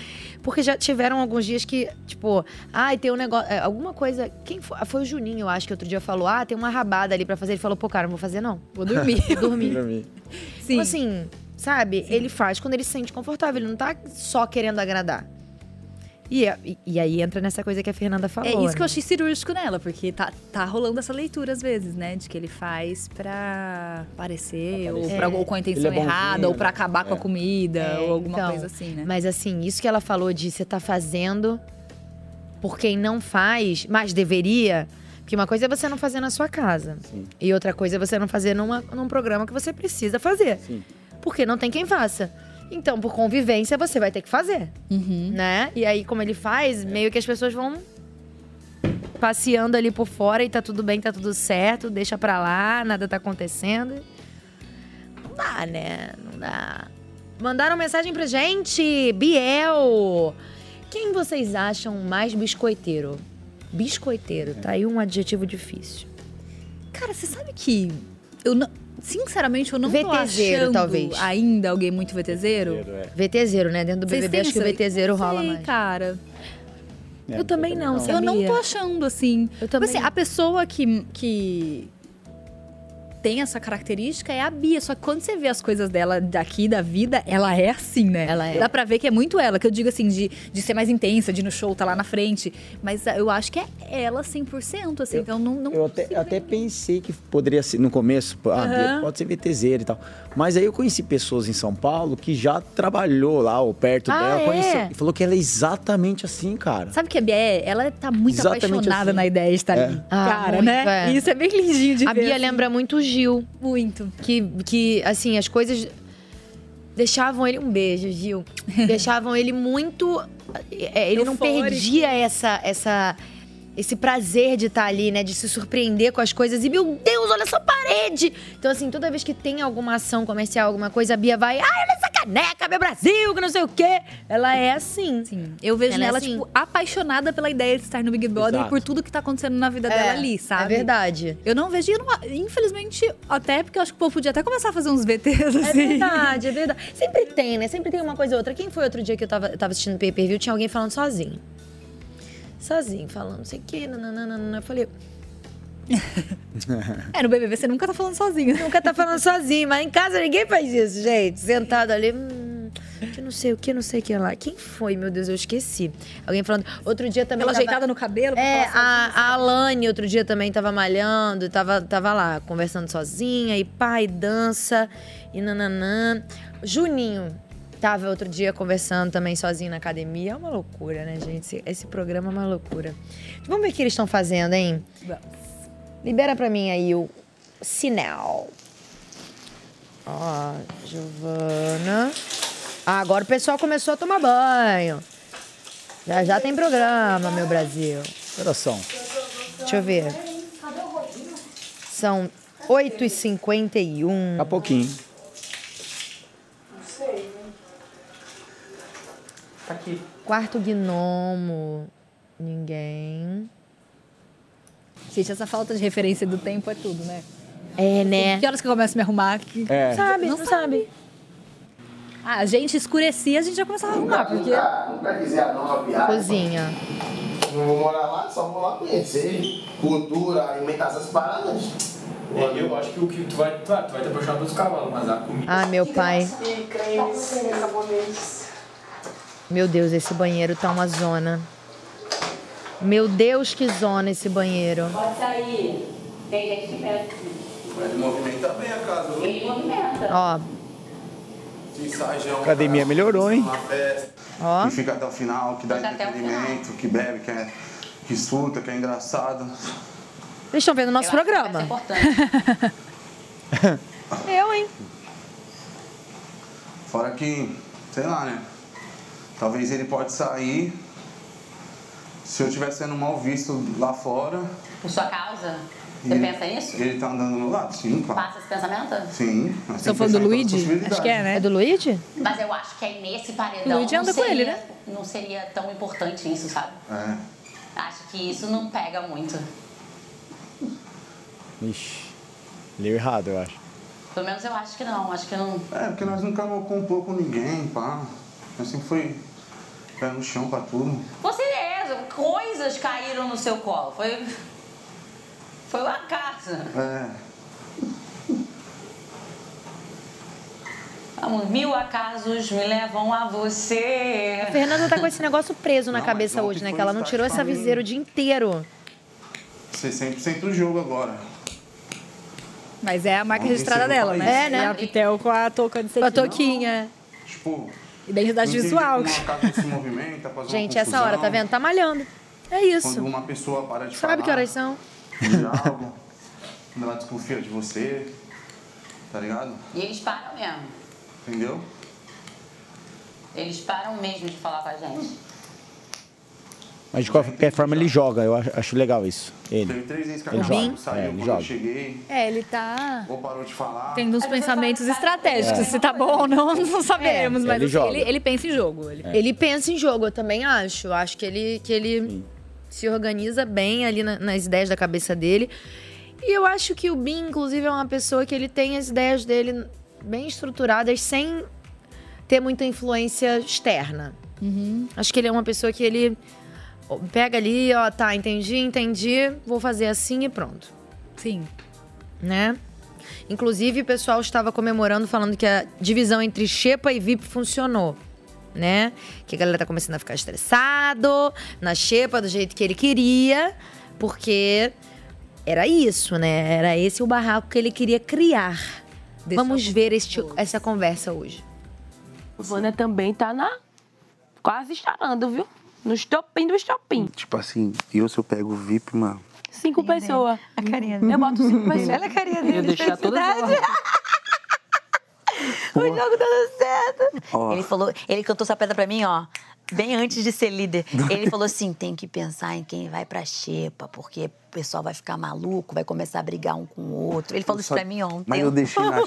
Porque já tiveram alguns dias que, tipo, ai, tem um negócio. é, Alguma coisa. Quem foi? Foi o Juninho, eu acho, que outro dia falou: ah, tem uma rabada ali pra fazer. Ele falou: pô, cara, não vou fazer não. Vou dormir. dormir.
Dormir.
Então, assim, sabe? Ele faz quando ele se sente confortável. Ele não tá só querendo agradar. E, é- e- e aí entra nessa coisa que a Fernanda falou.
É isso que
né?
eu achei cirúrgico nela, porque tá, tá rolando essa leitura às vezes, né? De que ele faz pra parecer, ou,
Aparecer.
pra, ou com a
Ele é
intenção
bonzinho,
errada, ou pra
né?
acabar com a
É.
comida,
É,
ou alguma
então,
coisa assim, né?
Mas assim, isso que ela falou de você tá fazendo por quem não faz, mas deveria. Porque uma coisa é você não fazer na sua casa. E outra coisa é você não fazer numa, num programa que você precisa fazer. Porque não tem quem faça. Então, por convivência, você vai ter que fazer. Né? E aí, como ele faz, meio que as pessoas vão passeando ali por fora e tá tudo bem, tá tudo certo, deixa pra lá, nada tá acontecendo. não dá, né? Não dá. Mandaram mensagem pra gente, Biel. Quem vocês acham mais biscoiteiro? Biscoiteiro, tá aí um adjetivo difícil.
Cara, você sabe que eu não- sinceramente eu não tô
VTZero,
achando
talvez.
ainda alguém muito VTZero.
VTZero, né? Dentro do
Vocês
BBB,
têm
acho que o
essa-
VTZero rola
Sei,
mais.
cara.
É, Eu também eu também não, não.
Eu não
sabia?
tô achando, assim. Eu também. Assim, a pessoa que, que tem essa característica é a Bia. Só que quando você vê as coisas dela daqui, da vida, ela é assim, né? Ela é. Dá pra ver que é muito ela. Que eu digo, assim, de, de ser mais intensa, de ir no show, tá lá na frente. Mas ah, eu acho que é ela 100%, assim.
Eu-
então não... não
Eu até, eu até pensei que poderia ser, no começo, pô, ah,
Aham.
pode ser VTZera e tal. Mas aí eu conheci pessoas em São Paulo que já trabalhou lá, ou perto
Ah,
dela,
é?
conheceu. E falou que ela é exatamente assim, cara.
Sabe o que a Bia é? Ela tá muito
Exatamente
apaixonada
assim.
na ideia de estar
É.
ali.
Ah,
cara,
muito,
né?
é.
Isso é bem lindinho de
A
ver,
Bia
assim.
lembra muito o Gil.
Muito.
Que, que, assim, as coisas deixavam ele um beijo, Gil. Deixavam ele muito. é, ele não
Eufórico.
perdia essa, essa, esse prazer de estar ali, né? De se surpreender com as coisas. E, meu Deus, olha essa parede! Então, assim, toda vez que tem alguma ação comercial, alguma coisa, a Bia vai. Ai, olha essa caneca, meu Brasil, que não sei o quê. Ela é assim.
Sim. Eu vejo nela, tipo, apaixonada pela ideia de estar no Big Brother
Exato.
e por tudo que tá acontecendo na vida
É,
dela ali, sabe?
é verdade.
Eu não vejo, eu não- infelizmente, até porque eu acho que o povo podia até começar a fazer uns VTs
É
assim.
verdade, é verdade. Sempre tem, né? Sempre tem uma coisa ou outra. Quem foi outro dia que eu tava, eu tava assistindo pay per view, tinha alguém falando sozinho. Sozinho, falando não sei o quê, nananana. Eu falei,
É, no BBB você nunca tá falando sozinho.
Nunca tá falando sozinho, mas em casa ninguém faz isso, gente. Sentado ali, hum, que não sei o que, não sei o que lá. Quem foi, meu Deus, eu esqueci. Alguém falando. Outro dia também.
Ela
tava-
ajeitada no cabelo? pra
É,
falar
a, a Alane outro dia também tava malhando, tava, tava lá conversando sozinha, e pai, dança, e nananã. Juninho tava outro dia conversando também sozinho na academia. É uma loucura, né, gente? Esse, esse programa é uma loucura. Vamos ver o que eles estão fazendo, hein?
sozinho?
Libera pra mim aí o sinal. Ó, Giovana. Ah, agora o pessoal começou a tomar banho. Já já tem programa, meu Brasil.
Coração.
Deixa eu ver. São 8h51. Daqui a
pouquinho.
Não sei, né?
Tá aqui.
Quarto gnomo. Ninguém.
Gente, essa falta de referência do tempo é tudo, né?
É, né?
Que horas que eu começo a me arrumar? Que...
É. Sabe,
não,
não
sabe. Ah, a gente escurecia, a gente já começava a arrumar, porque...
Nunca quiser não é uma piada.
Cozinha.
Não vou morar lá, só vou lá conhecer cultura, alimentação, essas paradas.
É, eu acho que o que tu vai, tu vai, tu vai te apaixonar pelos cavalos, mas a comida.
Ah, meu pai.
E
é
cremes, sabonetes.
Meu Deus, esse banheiro tá uma zona. Meu Deus, que zona esse banheiro.
Pode sair. Tem gente que pega.
Mas movimenta bem a casa,
Ele
viu?
movimenta.
Ó,
Se ensaiam.
Academia melhorou, hein?
Uma festa.
Ó.
Que fica até o final, que dá
Fica até o
entretenimento, que bebe, que, é, que surta, que é engraçado.
eles estão vendo o nosso programa. Eu, hein?
Fora que, sei lá, né? Talvez ele pode sair. Se eu estiver sendo mal visto lá fora.
Por sua causa?
e
Você
ele-
pensa isso?
Ele tá andando no lado? Sim, claro.
Passa esse pensamento?
Sim.
Estão
mas tem que
tá falando do
pensar em todas as
Luigi?
possibilidades.
Acho que é,
É do Luigi?
Mas eu acho que aí nesse paredão.
Luigi
não
anda com
seria-
ele, né?
Não seria tão importante isso, sabe?
É.
Acho que isso não pega muito.
Ixi, leu errado, eu acho.
Pelo menos eu acho que não. Acho que não.
É, porque nós nunca compôs com ninguém, pá. Eu sempre fui pé no chão pra tudo.
Você é, coisas caíram no seu colo. Foi. Foi o acaso.
É.
Amor, mil acasos me levam a você.
A Fernanda tá com esse negócio preso na cabeça
ontem
hoje, né?
foi
Que ela não
tarde
tirou
pra
essa
mim.
viseira o dia inteiro.
Você 100% do jogo agora.
Mas é a marca
Não,
registrada
esse eu
dela,
não
né?
falei.
É, né? A Pitel com a touca de cetim.
Com a touquinha.
Tipo.
Identidade
não tem
visual.
jeito como a casa se movimenta, faz uma
Gente, essa
confusão.
hora, tá vendo? Tá malhando. É isso.
Quando uma pessoa para de
Sabe que
falar,
horas são?
de algo, quando ela desconfia de você, tá ligado?
E eles param mesmo.
Entendeu?
Eles param mesmo de falar com a gente.
Mas de qualquer forma ele joga, eu acho, acho legal isso. Ele.
Teve três vezes que
ele
acabou,
joga.
saiu
É, ele
quando
joga.
eu cheguei.
É, ele tá
Ou parou de falar.
tendo uns pensamentos estratégicos.
É.
Se tá bom ou não, não sabemos.
É,
mas
ele
assim,
joga. É.
ele, ele pensa em jogo. Ele,
Ele pensa em jogo, eu também acho. Acho que ele, que ele se organiza bem ali na- nas ideias da cabeça dele. E eu acho que o Bin, inclusive, é uma pessoa que ele tem as ideias dele bem estruturadas, sem ter muita influência externa.
Uhum.
Acho que ele é uma pessoa que ele pega ali, ó, tá, entendi, entendi, vou fazer assim e pronto.
Sim.
Né? Inclusive, o pessoal estava comemorando, falando que a divisão entre Xepa e VIP funcionou. Né? Que a galera tá começando a ficar estressado na Xepa do jeito que ele queria, porque era isso, né? Era esse o barraco que ele queria criar. Vamos ver este, essa conversa hoje.
Vânia também tá na. Quase estourando, viu? No estopim do estopim.
Tipo assim, eu se eu pego o VIP, mano.
Cinco pessoas. A carinha dele. Eu boto cinco pessoas. Olha a carinha
dele, de
Tá
deixar todas felicidade.
o jogo tá dando certo.
Ó.
Ele falou, ele cantou essa pedra pra mim, ó. Bem antes de ser líder. Ele falou assim: tem que pensar em quem vai pra xepa, porque o pessoal vai ficar maluco, vai começar a brigar um com o outro. Ele falou isso
Só-
pra mim ontem.
Mas eu deixei na.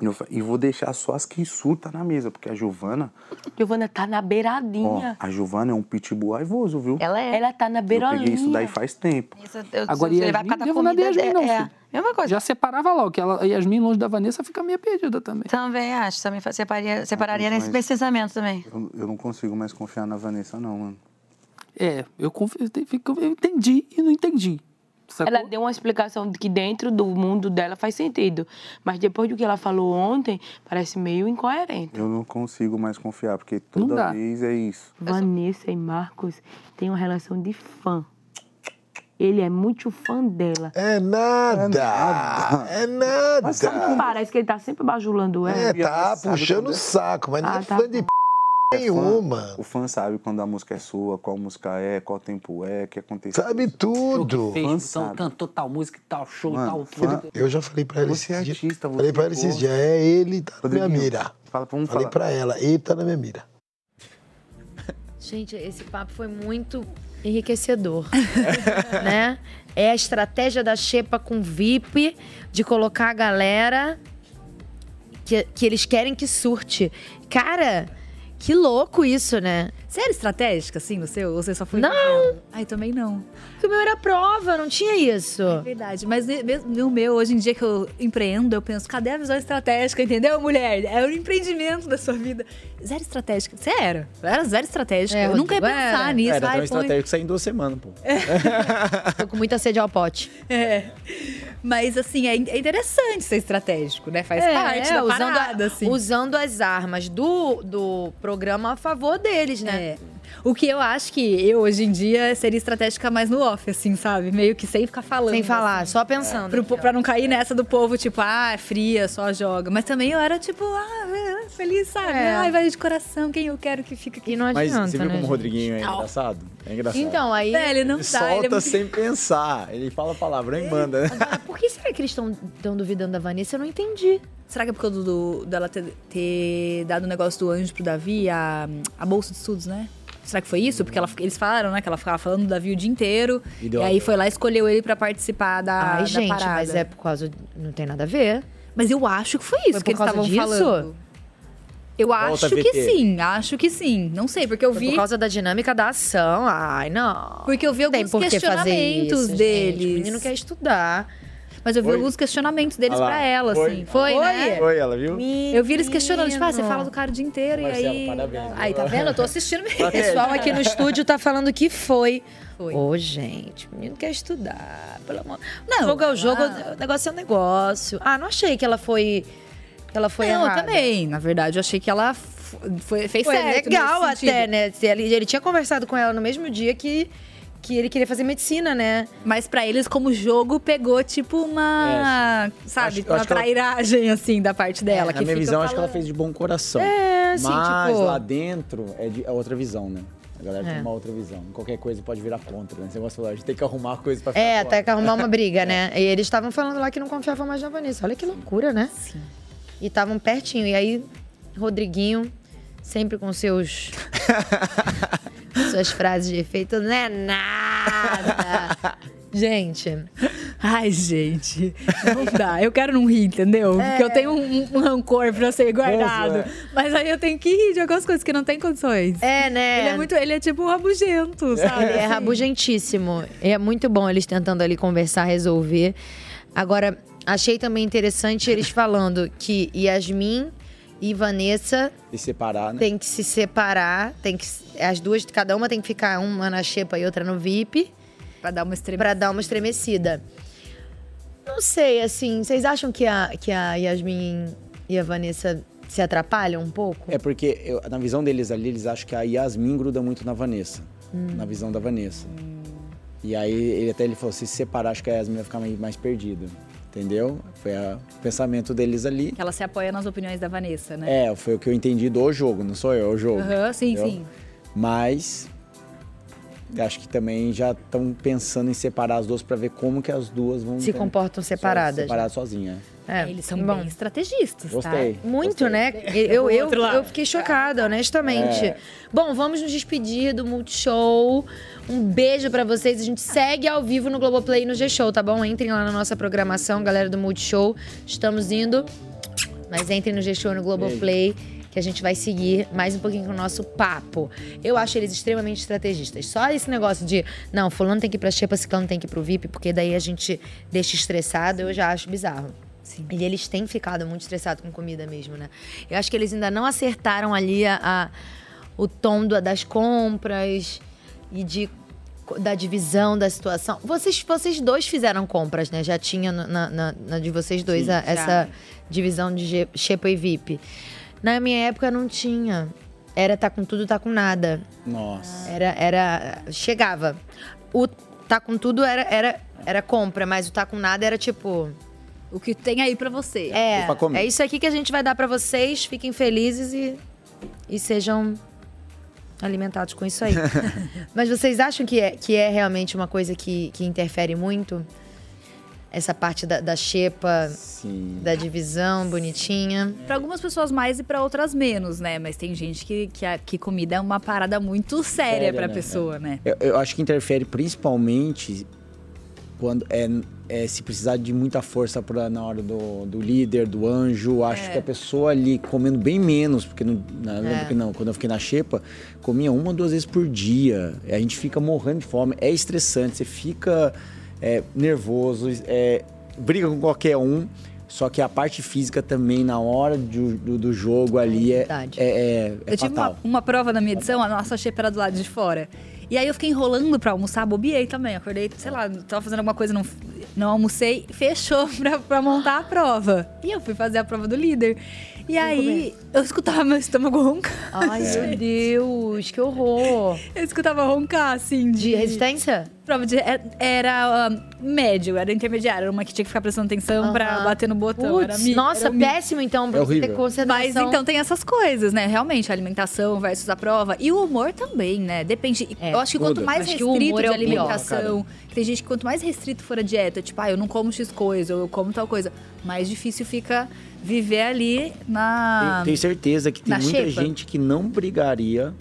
Eu fa- E vou deixar só as que surta na mesa, porque a Giovana,
Giovana tá na
ó,
beiradinha.
a Giovana é um pitbull aivoso, viu?
Ela é.
Ela tá na
Eu
beirolinha.
peguei isso daí faz tempo.
Eu-
Agora,
se ele vai ficar da comida, é, é a
mesma
coisa.
Já separava logo, que ela, a Yasmin longe da Vanessa fica meio perdida também.
Também acho, também fa- separaria, separaria
mas-
nesse nesse pensamento também.
Eu, eu não consigo mais confiar na Vanessa, não, mano.
É, eu, conf- eu te- fico- eu entendi e não entendi.
Ela deu uma explicação de que dentro do mundo dela faz sentido. Mas depois do que ela falou ontem, parece meio incoerente.
Eu não consigo mais confiar, porque
Não
toda
dá.
vez é isso.
Vanessa e Marcos têm uma relação de fã. Ele é muito fã dela.
É nada. É nada.
Mas sabe como parece que ele tá sempre bajulando ela?
É, tá
Sabe
puxando
quando
o
é?
saco, mas não
Ah,
é
tá
fã de p nenhuma.
É O fã sabe quando a música é sua, qual música é, qual tempo é, o que aconteceu.
Sabe tudo.
O
um
fã sabe.
cantou um tal música, tal show,
Mano,
tal
fã-
Eu já falei pra assim, ela
Você é
esses dias.
artista, você
Falei pra ela esses
gosta.
dias, é ele, tá na minha
Rodriguinho,
mira.
Fala, vamos
Falei
falar.
pra ela, ele tá na minha mira.
Gente, esse papo foi muito enriquecedor, né? É a estratégia da Xepa com VIP de colocar a galera que, que eles querem que surte. Cara, que louco isso, né?
Você era estratégica, assim, no seu? Ou você só foi...
Não!
Ai, também não.
Porque o meu era prova, não tinha isso.
É verdade, mas ne- mesmo no meu, hoje em dia que eu empreendo, eu penso, cadê a visão estratégica, entendeu, mulher? É o empreendimento da sua vida. Zero estratégica. Você era. Eu era zero estratégica.
É,
eu nunca ia
Rodrigo,
pensar
era.
Ah, nisso.
Era
Ai,
tão
um- põe-
estratégico que saiu em duas semanas, pô.
Tô com muita sede ao pote.
É. Mas, assim, é in- é interessante ser estratégico, né? Faz parte da
É, usando, a-
parada, assim.
usando as armas do, do programa a favor deles, né?
É. O que eu acho que eu, hoje em dia, seria estratégica mais no off, assim, sabe? Meio que sem ficar falando. Sem falar,
só pensando.
Pro, po- pra não cair nessa do povo, tipo, ah, é fria, só joga. Mas também eu era, tipo, ah, é, feliz, sabe?
É.
Ai, vai de coração, quem eu quero que fique aqui.
E não né,
Mas você viu como o Rodriguinho é engraçado? É engraçado.
Então, aí-
É, né, ele não
Ele
dá,
solta
ele é muito-
sem pensar. Ele fala palavrão e manda, né?
Por que será que eles estão duvidando da Vanessa? Eu não entendi.
Será que é por causa do, dela ter, ter dado o negócio do anjo pro Davi, a, a bolsa de estudos, né? Será que foi isso? Porque ela- eles falaram, né? Que ela ficava falando do Davi o dia inteiro.
E
E,
deu a-
aí foi lá e escolheu ele pra participar da,
Ai,
da
gente,
parada.
mas é por causa. Não tem nada a ver.
Mas eu acho que foi isso
por
que eles
causa
estavam
disso?
falando. Eu
Volta,
acho que
VT.
sim, acho que sim. Não sei, porque eu
Foi
vi.
por causa da dinâmica da ação. Ai, não.
Porque eu vi
Tem
alguns
por que fazer
questionamentos
isso, gente.
deles.
O menino quer estudar.
Mas eu vi
Foi?
alguns questionamentos deles
Ah lá,
pra ela,
foi.
assim.
Foi,
Foi,
né?
né?
Foi, ela viu?
Eu vi eles questionando, tipo, ah, você
Menino.
fala do cara o dia inteiro e
Marcelo,
aí.
parabéns,
Aí,
viu?
tá vendo? Eu tô assistindo mesmo.
O pessoal aqui no estúdio tá falando que foi.
Foi.
Ô, gente, o menino quer estudar, pelo amor. Não, jogo é
ah.
o jogo, o negócio é o negócio. Ah, não achei que ela foi. Que ela foi
Não, eu
errada.
também. Na verdade, eu achei que ela f- foi, fez
Foi
certo.
legal
nesse
até,
sentido.
né? Ele, ele tinha conversado com ela no mesmo dia que, que ele queria fazer medicina, né?
Mas pra eles, como jogo, pegou tipo uma. sabe?
Acho- eu
uma
acho que ela-
trairagem, assim, da parte dela.
Na
que
minha
fica
visão, acho que ela
falando.
fez de bom coração.
É, assim,
Mas
tipo-
lá dentro é, de- é outra visão, né? A galera
É.
tem uma outra visão. Qualquer coisa pode virar contra, né? Você gosta de falar, a gente tem que arrumar coisa pra ficar
É,
fora.
até que arrumar uma
É.
briga, né? E eles estavam falando lá que não confiavam mais na Vanessa. Olha que loucura, né? Sim. E estavam pertinho. E aí, Rodriguinho, sempre com seus Suas frases de efeito não é nada. Gente.
Ai, gente. Não dá. Eu quero não rir, entendeu? Porque eu tenho um, um rancor pra ser guardado.
é.
Mas aí eu tenho que rir de algumas coisas que não tem condições.
É, né?
Ele é muito. Ele é tipo rabugento, sabe?
Ele é
Assim.
rabugentíssimo. E é muito bom eles tentando ali conversar, resolver. Agora, achei também interessante eles falando que Yasmin e Vanessa
E separar, né?
tem que se separar, tem que as duas, cada uma tem que ficar uma na xepa e outra no VIP
Pra dar uma estremecida.
Pra dar uma estremecida. Não sei, assim, vocês acham que a que a Yasmin e a Vanessa se atrapalham um pouco?
É porque eu- na visão deles ali, eles acham que a Yasmin gruda muito na Vanessa.
Hum.
Na visão da Vanessa. E aí ele até ele falou, se separar, acho que a Yasmin vai ficar mais, mais perdida. Entendeu? Foi a- o pensamento deles ali.
Ela se apoia nas opiniões da Vanessa, né?
É, foi o que eu entendi do jogo, não sou eu, é o jogo.
Aham, sim,
entendeu?
sim.
Mas acho que também já estão pensando em separar as duas pra ver como que as duas vão
Se
ter-
comportam
so-
separadas,
Separadas
né?
sozinha.
É, eles são bem
estrategistas,
tá? Gostei,
Muito, né? Eu, eu, eu fiquei chocada, honestamente.
É.
Bom, vamos nos despedir do Multishow. Um beijo pra vocês. A gente segue ao vivo no Globoplay e no G-Show, tá bom? Entrem lá na nossa programação, galera do Multishow. Estamos indo. Mas entrem no G-Show e no Globoplay. Que a gente vai seguir mais um pouquinho com o nosso papo. Eu acho eles extremamente estrategistas. Só esse negócio de, não, fulano tem que ir pra Xepa, ciclano tem que ir pro VIP, porque daí a gente deixa estressado, eu já acho bizarro. E eles têm ficado muito estressados com comida mesmo, né? Eu acho que eles ainda não acertaram ali a, a- o tom do- das compras e de, da divisão da situação. Vocês, vocês dois fizeram compras, né? Já tinha no- na, na- na de vocês dois
Sim,
a-
já.
essa divisão de Ge- Xepa e VIP. Na minha época não tinha. Era tá com tudo, tá com nada.
Nossa.
Era, era. Chegava. O tá com tudo era, era, era compra, mas o tá com nada era tipo.
O que tem aí pra você.
É.
Pra comer.
É isso aqui que a gente vai dar pra vocês. Fiquem felizes e, e sejam alimentados com isso aí. mas vocês acham que é, que é realmente uma coisa que, que interfere muito? Essa parte da, da xepa, da divisão bonitinha.
Pra algumas pessoas mais e pra outras menos, né? Mas tem gente que, que, a- que comida é uma parada muito séria, pra
né?
pessoa, né?
Eu, eu acho que interfere principalmente quando é, é se precisar de muita força pra, na hora do, do líder, do anjo. Acho
É.
que a pessoa ali comendo bem menos, porque não, na- eu lembro
É.
que não, quando eu fiquei na xepa, comia uma, duas vezes por dia. E A gente fica morrendo de fome, é estressante, você fica é, nervoso, é, briga com qualquer um. Só que a parte física também, na hora do, do, do jogo ali, é, é, é, é
eu tive
fatal.
uma, uma prova na minha edição, a nossa xepa era do lado de fora. E aí eu fiquei enrolando pra almoçar, bobiei também. Acordei, sei lá, tava fazendo alguma coisa, não, não almocei, fechou pra, pra montar a prova. E eu fui fazer a prova do líder. E aí eu escutava meu estômago roncar.
Ai,
É.
meu Deus, que horror!
Eu escutava roncar, assim. De,
resistência?
Prova de. é- Era ah, médio, era intermediário, era uma que tinha que ficar prestando atenção pra
Aham.
bater no botão. era
Putz,
mi-
nossa,
era mi-
péssimo então, pra
É
você ter
horrível. Mas
concentração.
então tem essas coisas, né? Realmente, a alimentação versus a prova. E o humor também, né? Depende. eu acho que quanto
É, tudo.
mais
Acho que o
restrito
humor
de
é o pior,
alimentação. que tem gente que quanto mais restrito for a dieta, tipo, ah, eu não como X coisa, ou eu como tal coisa, mais difícil fica viver ali na.
Tenho, tenho certeza que tem
Ah, na
muita
xepa.
gente que não brigaria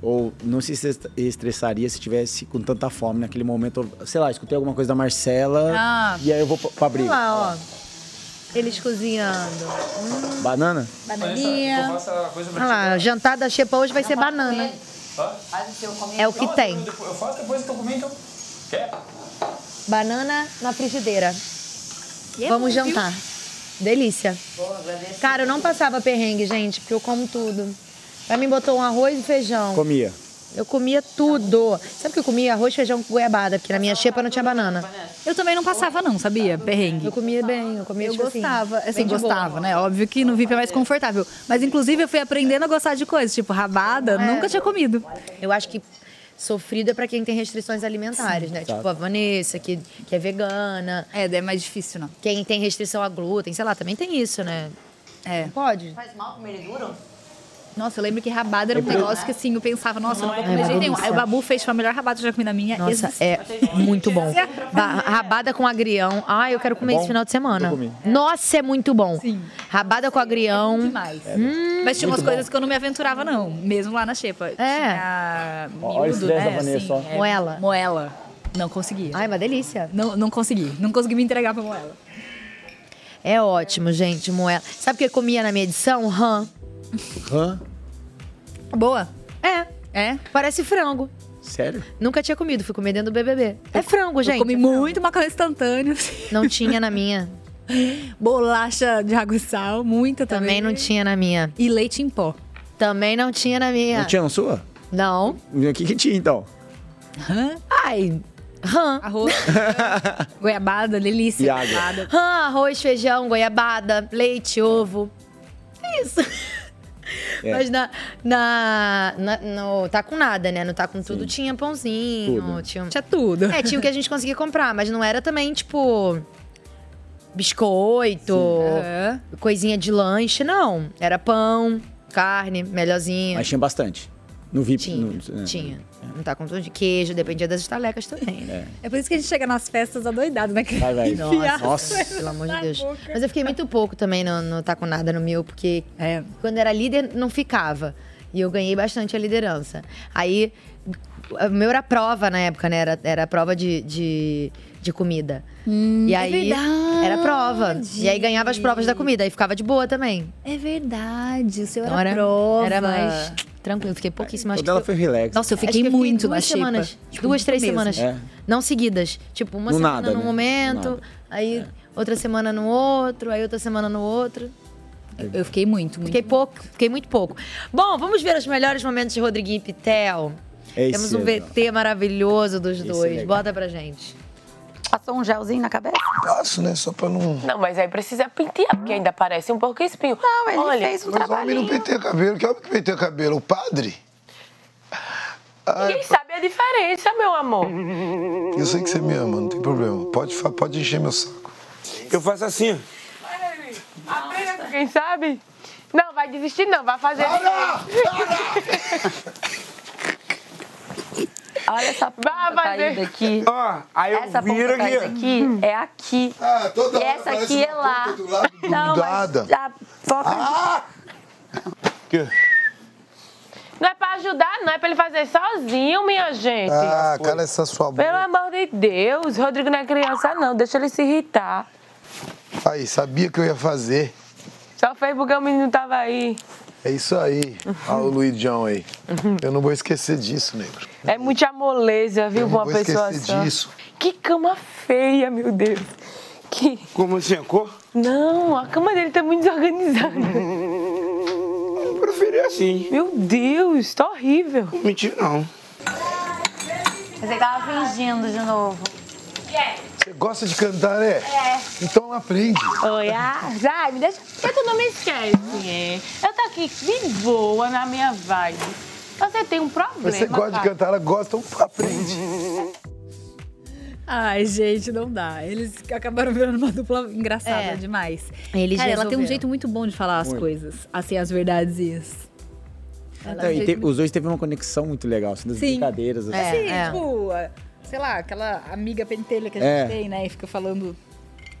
ou não se estres- estressaria se tivesse com tanta fome naquele momento. Sei lá, escutei alguma coisa da Marcela
Ah.
e aí eu vou pra, pra
Olha
briga.
lá, ó. Eles cozinhando. Hum.
Banana?
Bananinha.
Vanessa, eu faço a coisa pra
Olha lá, o jantar da Xepa hoje vai ser banana.
Faz o seu
É o que tem.
Eu, eu faço depois que eu comi, então. Quer?
Banana na frigideira.
E é
Vamos
bom, viu?
jantar. Delícia.
Bom, agradeço.
Cara, eu não passava perrengue, gente, porque eu como tudo. Pra mim botou um arroz e feijão.
Comia.
Eu comia tudo. Sabe que eu comia arroz, feijão com goiabada, porque na minha xepa não tinha banana.
Eu também não passava, não, sabia? Perrengue. Eu
comia bem, eu comia
Eu
tipo assim,
gostava, assim,
bem de
gostava, né? Óbvio que no VIP é mais confortável. Mas inclusive eu fui aprendendo a gostar de coisas, tipo rabada,
É.
nunca tinha comido.
Eu acho que sofrido é pra quem tem restrições alimentares,
Sim,
né?
exato.
Tipo a Vanessa, que, que é vegana.
É, daí é mais difícil, não.
Quem tem restrição a glúten, sei lá, também tem isso, né?
É.
Pode?
Faz mal comer duro?
Nossa, eu lembro que rabada era um
É pra-
negócio que assim, eu pensava, nossa,
Não
não, não
é
vou comer de
uma
jeito nenhum.
delícia.
Aí o Babu fez foi a melhor rabada que eu já comi na minha
Nossa,
existência.
é muito bom. Ba- rabada com agrião. Então, Ai, eu quero comer
É bom?
esse final de semana.
Eu comi.
Nossa, é muito bom. Rabada com agrião.
é
Hum.
demais. Mas tinha umas
Muito bom.
coisas que eu não me aventurava, não. Mesmo lá na xepa. É. Tinha
Ó, olha esse
miúdo,
dez
né?
da Vanessa,
assim,
ó.
é,
Moela.
Moela. Não consegui. Ai,
uma delícia.
Não, não consegui. Não consegui me entregar pra moela.
É ótimo, gente, moela. Sabe o que eu comia na minha edição? Rã.
Hã?
Boa? É. É? Parece frango.
Sério?
Nunca tinha comido, fui comer dentro do BBB. É frango, gente.
comi muito macarrão instantâneo. assim.
Não tinha na minha.
Bolacha de água e sal, muita também.
Também não tinha na minha.
E leite em pó.
Também não tinha na minha.
Não tinha na sua?
Não.
O que que tinha então?
Ai. Rã.
Arroz. goiabada, delícia.
E água.
Goiabada.
Rã, arroz, feijão, goiabada, leite, ovo. É isso.
É.
Mas na, na, na- no Tá Com Nada, né? No Tá Com Tudo tinha pãozinho.
Tudo.
Tinha...
Tinha tudo.
É, tinha o que a gente conseguia comprar, mas não era também, tipo… Biscoito, coisinha de lanche, não. Era pão, carne, melhorzinha.
Mas tinha bastante. No VIP.
Tinha,
no- é.
tinha. Não tá com tudo de queijo, dependia das estalecas também.
É.
É por isso que a gente chega nas festas adoidado, né?
Vai, vai.
Enfiar
Nossa.
as coisas
Pelo amor de
na
Deus.
boca.
Mas eu fiquei muito pouco também no, no Tá Com Nada no meu, porque
É.
quando era líder não ficava. E eu ganhei bastante a liderança. Aí, o meu era prova na época, né? Era, era prova de, de, de comida. e
é
aí,
verdade.
era prova. E aí ganhava as provas da comida, aí ficava de boa também.
É verdade, o seu
Então
era,
era,
prova.
era mais tranquilo, fiquei pouquíssimo. acho
Quando ela
que
foi relax.
Nossa, eu fiquei
Acho que eu fiquei
muito duas
duas semanas.
semanas.
Tipo,
duas,
muito
três
mesmo.
semanas.
É.
Não seguidas. Tipo, uma
No
semana
nada,
num
né? No
momento,
nada.
aí outra semana no outro, aí outra semana no outro.
Eu, fiquei muito, muito.
Fiquei pouco, fiquei muito pouco. Bom, vamos ver os melhores momentos de Rodriguinho e Pitel.
Esse
Temos um
é legal.
VT maravilhoso dos
Esse é
dois.
legal.
Bota pra gente.
Passou um gelzinho na cabeça?
Passo, né? Só pra não.
Não, mas aí precisa pentear, porque ainda parece um pouco espinho. Não, mas Olha, fez um
Mas homem não penteia cabelo. Que homem que penteia cabelo? O padre? Ai,
Quem sabe a diferença, meu amor.
eu sei que você me ama, não tem problema. Pode, fa- pode encher meu saco.
Eu faço assim.
Aprenda com quem sabe. Não, vai desistir não, vai fazer. assim.
Olha essa ponta caída aqui.
Ah, aí eu
É essa
viro
ponta
aqui.
caída aqui é aqui.
Ah, toda
e
hora
essa
parece
aqui é
uma
lá.
ponta do lado
Não, mas
grudada.
já foca
Ah,
Não é pra ajudar, não, é pra ele fazer sozinho, minha gente.
Ah, cala essa sua boca.
Pelo amor de Deus, Rodrigo não é criança não, deixa ele se irritar.
Aí, sabia que eu ia fazer.
Só fez porque o um menino tava aí.
É isso aí. Olha o Luidião aí. Eu não vou esquecer disso, negro.
É muita moleza, viu,
Eu
pra uma
não vou
pessoa
esquecer
só.
disso.
Que cama feia, meu Deus. Que...
Como assim, a cor?
Não, a cama dele tá muito desorganizada.
Eu preferi assim.
Meu Deus, tá horrível.
Mentira, não.
Mas ele tava fingindo de novo.
Você gosta de cantar, né?
É.
Então aprende.
Oi, ah, ai, me deixa. Por que tu não me esquece? é? Eu tô aqui de boa na minha vibe. Você tem um problema.
Mas você gosta de
cara.
cantar, ela gosta, então aprende.
Ai, gente, não dá. Eles acabaram virando uma dupla engraçada
É.
demais.
Eles
Cara, ela tem um
resolveram.
jeito muito bom de falar as
Muito.
coisas. Assim, as verdades e as-
Não,
Ela tem um
Então, e
jeito
teve- os dois ttive uma conexão muito legal, assim, das
Sim.
brincadeiras.
É,
Assim.
assim, tipo, a- sei lá, aquela amiga pentelha que a gente
É.
tem, né? E fica falando.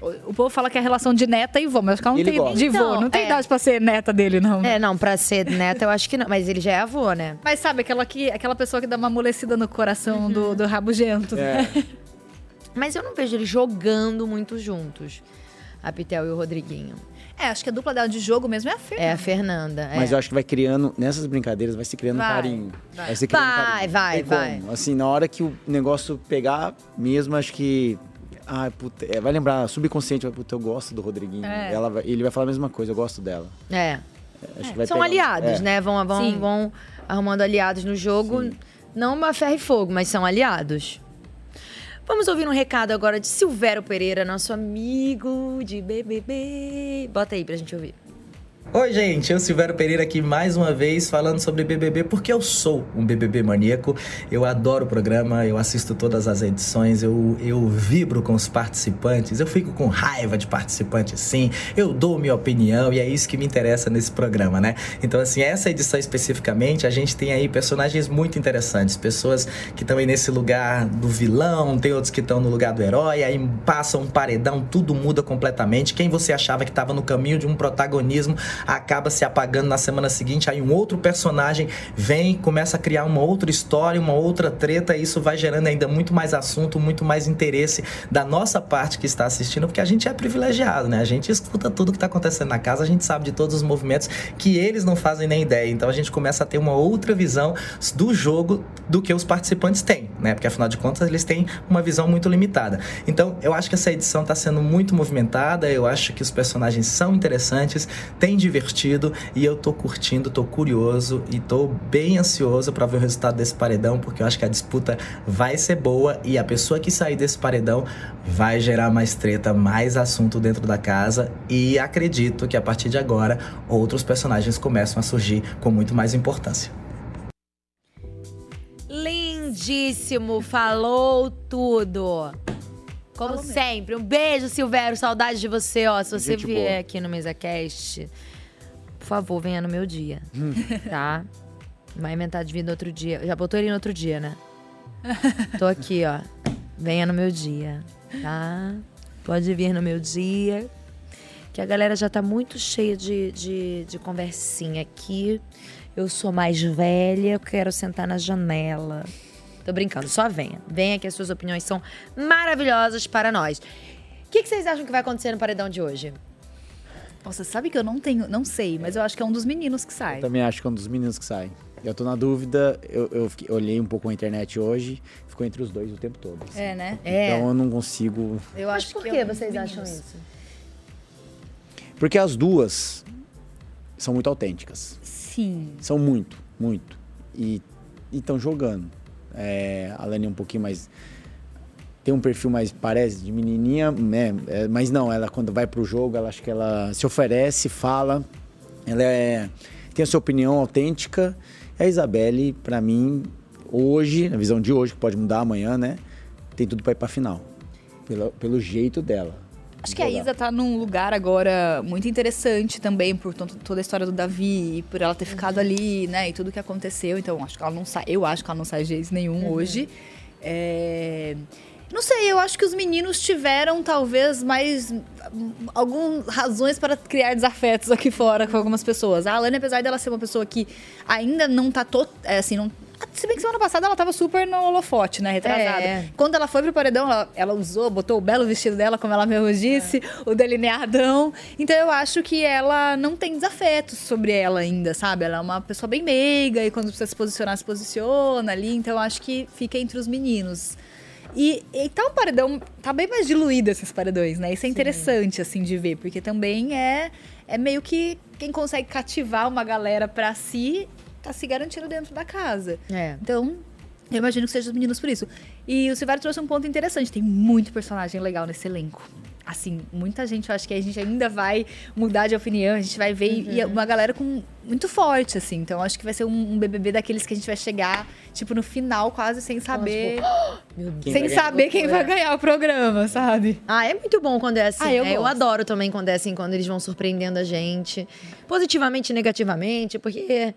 O o povo fala que é relação de neta e vô, mas acho que ela não
Ele
tem
gosta.
de vô,
Então,
não tem
é.
idade pra ser neta dele, não.
É, não, pra ser neta eu acho que não. Mas ele já é avô, né?
Mas sabe, aquela, que, aquela pessoa que dá uma amolecida no coração do, do rabugento. né?
Uhum.
É.
Mas eu não vejo eles jogando muito juntos. A Pitel e o Rodriguinho.
É, acho que a dupla dela de jogo mesmo é a Fer.
É a Fernanda. é.
Mas eu acho que vai criando, nessas brincadeiras, vai se criando um
Vai,
carinho.
vai.
Vai se criando um
Vai,
carinho.
vai,
Não tem
vai.
como. Assim, na hora que o negócio pegar mesmo, acho que. Ai, puta, é, vai lembrar, subconsciente, vai, puta, eu gosto do Rodriguinho.
É.
Ela vai- ele vai falar a mesma coisa, eu gosto dela.
É.
Acho que vai
São
pegar-
aliados,
é.
né? Vão,
Sim.
vão, vão arrumando aliados no jogo. Não uma ferro e fogo, mas são aliados. Vamos ouvir um recado agora de Silvério Pereira, nosso amigo de BBB. Bota aí pra gente ouvir.
Oi, gente, eu Silvério Pereira aqui mais uma vez falando sobre BBB porque eu sou um BBB maníaco. Eu adoro o programa, eu assisto todas as edições, eu, eu vibro com os participantes, eu fico com raiva de participantes, sim, eu dou minha opinião e é isso que me interessa nesse programa, né? Então, assim, essa edição especificamente, a gente tem aí personagens muito interessantes, pessoas que estão aí nesse lugar do vilão, tem outros que estão no lugar do herói, aí passam um paredão, tudo muda completamente. Quem você achava que estava no caminho de um protagonismo acaba se apagando na semana seguinte. Aí um outro personagem vem, começa a criar uma outra história, uma outra treta, e isso vai gerando ainda muito mais assunto, muito mais interesse da nossa parte que está assistindo, porque a gente é privilegiado, né? A gente escuta tudo que está acontecendo na casa, a gente sabe de todos os movimentos que eles não fazem nem ideia. Então a gente começa a ter uma outra visão do jogo do que os participantes têm, né? Porque afinal de contas eles têm uma visão muito limitada. Então eu acho que essa edição está sendo muito movimentada, eu acho que os personagens são interessantes, tem de divertido e eu tô curtindo, tô curioso e tô bem ansioso para ver o resultado desse paredão, porque eu acho que a disputa vai ser boa e a pessoa que sair desse paredão vai gerar mais treta, mais assunto dentro da casa e acredito que a partir de agora outros personagens começam a surgir com muito mais importância.
Lindíssimo, falou tudo. Como sempre, um beijo, Silvério. Saudade de você, ó. Se você
Gente
vier
boa.
aqui no MesaCast, por favor, venha no meu dia. Tá? Vai inventar de vir no outro dia. Já botou ele no outro dia, né? Tô aqui, ó. Venha no meu dia, tá? Pode vir no meu dia. Que a galera já tá muito cheia de, de, de conversinha aqui. Eu sou mais velha, eu quero sentar na janela. Tô brincando, só venha. Venha que as suas opiniões são maravilhosas para nós. O que, que vocês acham que vai acontecer no paredão de hoje?
Nossa, sabe que eu não tenho, não sei, mas eu acho que é um dos meninos que sai.
Eu também acho que é um dos meninos que sai. Eu tô na dúvida, eu, eu fiquei- olhei um pouco a internet hoje, ficou entre os dois o tempo todo. assim.
É, né?
Então eu não consigo.
Eu acho por que, vocês acham isso?
Porque as duas são muito autênticas.
Sim.
São muito, muito. E estão jogando. É, a Lani é um pouquinho mais. Tem um perfil mais, parece, de menininha, né? É, mas não, ela quando vai pro jogo, ela acho que ela se oferece, fala. Ela é, tem a sua opinião autêntica. E a Isabelle, pra mim, hoje, na visão de hoje, que pode mudar amanhã, né? Tem tudo pra ir pra final. Pelo, pelo jeito dela.
Acho que a
Jogar.
Isa tá num lugar agora muito interessante também, por tanto- toda a história do Davi, e por ela ter
Uhum.
ficado ali, né, e tudo que aconteceu. Então, acho que ela não sai, eu acho que ela não sai de jeito nenhum
Uhum.
hoje. É, Não sei, eu acho que os meninos tiveram talvez mais hum, algumas razões para criar desafetos aqui fora com algumas pessoas. A Alane, apesar dela ser uma pessoa que ainda não tá to... é, assim, não se bem que semana passada ela tava super no holofote, né? Retrasada.
É.
Quando ela foi pro paredão, ela, ela usou, botou o belo vestido dela, como ela mesmo disse, o delineadão. Então eu acho que ela não tem desafetos sobre ela ainda, sabe? Ela é uma pessoa bem meiga e quando precisa se posicionar, se posiciona ali. Então eu acho que fica entre os meninos. E, e tá um paredão, tá bem mais diluído esses paredões, né? Isso é interessante, assim, de ver, porque também é, é meio que quem consegue cativar uma galera pra si tá se garantindo dentro da casa. Então, eu imagino que sejam os meninos por isso. E o Silvério trouxe um ponto interessante. Tem muito personagem legal nesse elenco. Assim, muita gente, eu acho que a gente ainda vai mudar de opinião, a gente vai ver. e- E é uma galera com muito forte, assim. Então, eu acho que vai ser um, um BBB daqueles que a gente vai chegar, tipo, no final, quase sem saber.
Meu
Deus. Sem saber quem vai ganhar o programa, sabe?
Ah, é muito bom quando é assim.
Ah, eu
né? eu
gosto.
adoro também quando é assim, quando eles vão surpreendendo a gente. Positivamente e negativamente, porque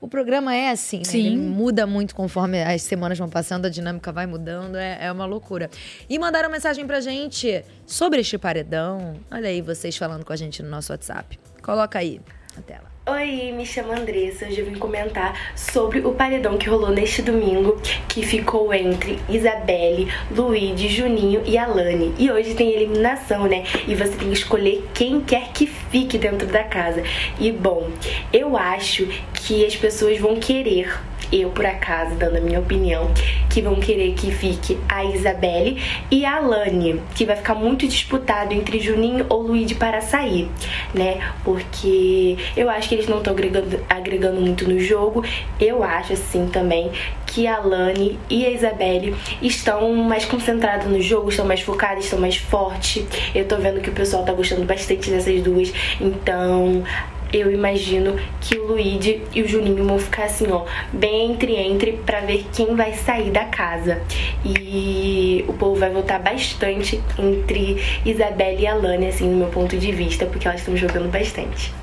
o programa é assim, né?
Sim.
Ele muda muito conforme as semanas vão passando, a dinâmica vai mudando, é, é uma loucura. E mandaram mensagem pra gente sobre este paredão. Olha aí vocês falando com a gente no nosso WhatsApp. Coloca aí na tela.
Oi, me chamo Andressa. Hoje eu vim comentar sobre o paredão que rolou neste domingo, que ficou entre Isabelle, Luíde, Juninho e Alane. E hoje tem eliminação, né? E você tem que escolher quem quer que fique dentro da casa. E bom, eu acho que as pessoas vão querer. Eu, por acaso, dando a minha opinião, que vão querer que fique a Isabelle e a Alane, que vai ficar muito disputado entre Juninho ou Luíde para sair, né? Porque eu acho que eles não estão agregando, agregando muito no jogo. Eu acho, assim, também que a Alane e a Isabelle estão mais concentradas no jogo, estão mais focadas, estão mais fortes. Eu tô vendo que o pessoal tá gostando bastante dessas duas, então. eu imagino que o Luigi e o Juninho vão ficar assim, ó, bem entre entre pra ver quem vai sair da casa. E o povo vai votar bastante entre Isabelle e Alane, assim, no meu ponto de vista, porque elas estão jogando bastante.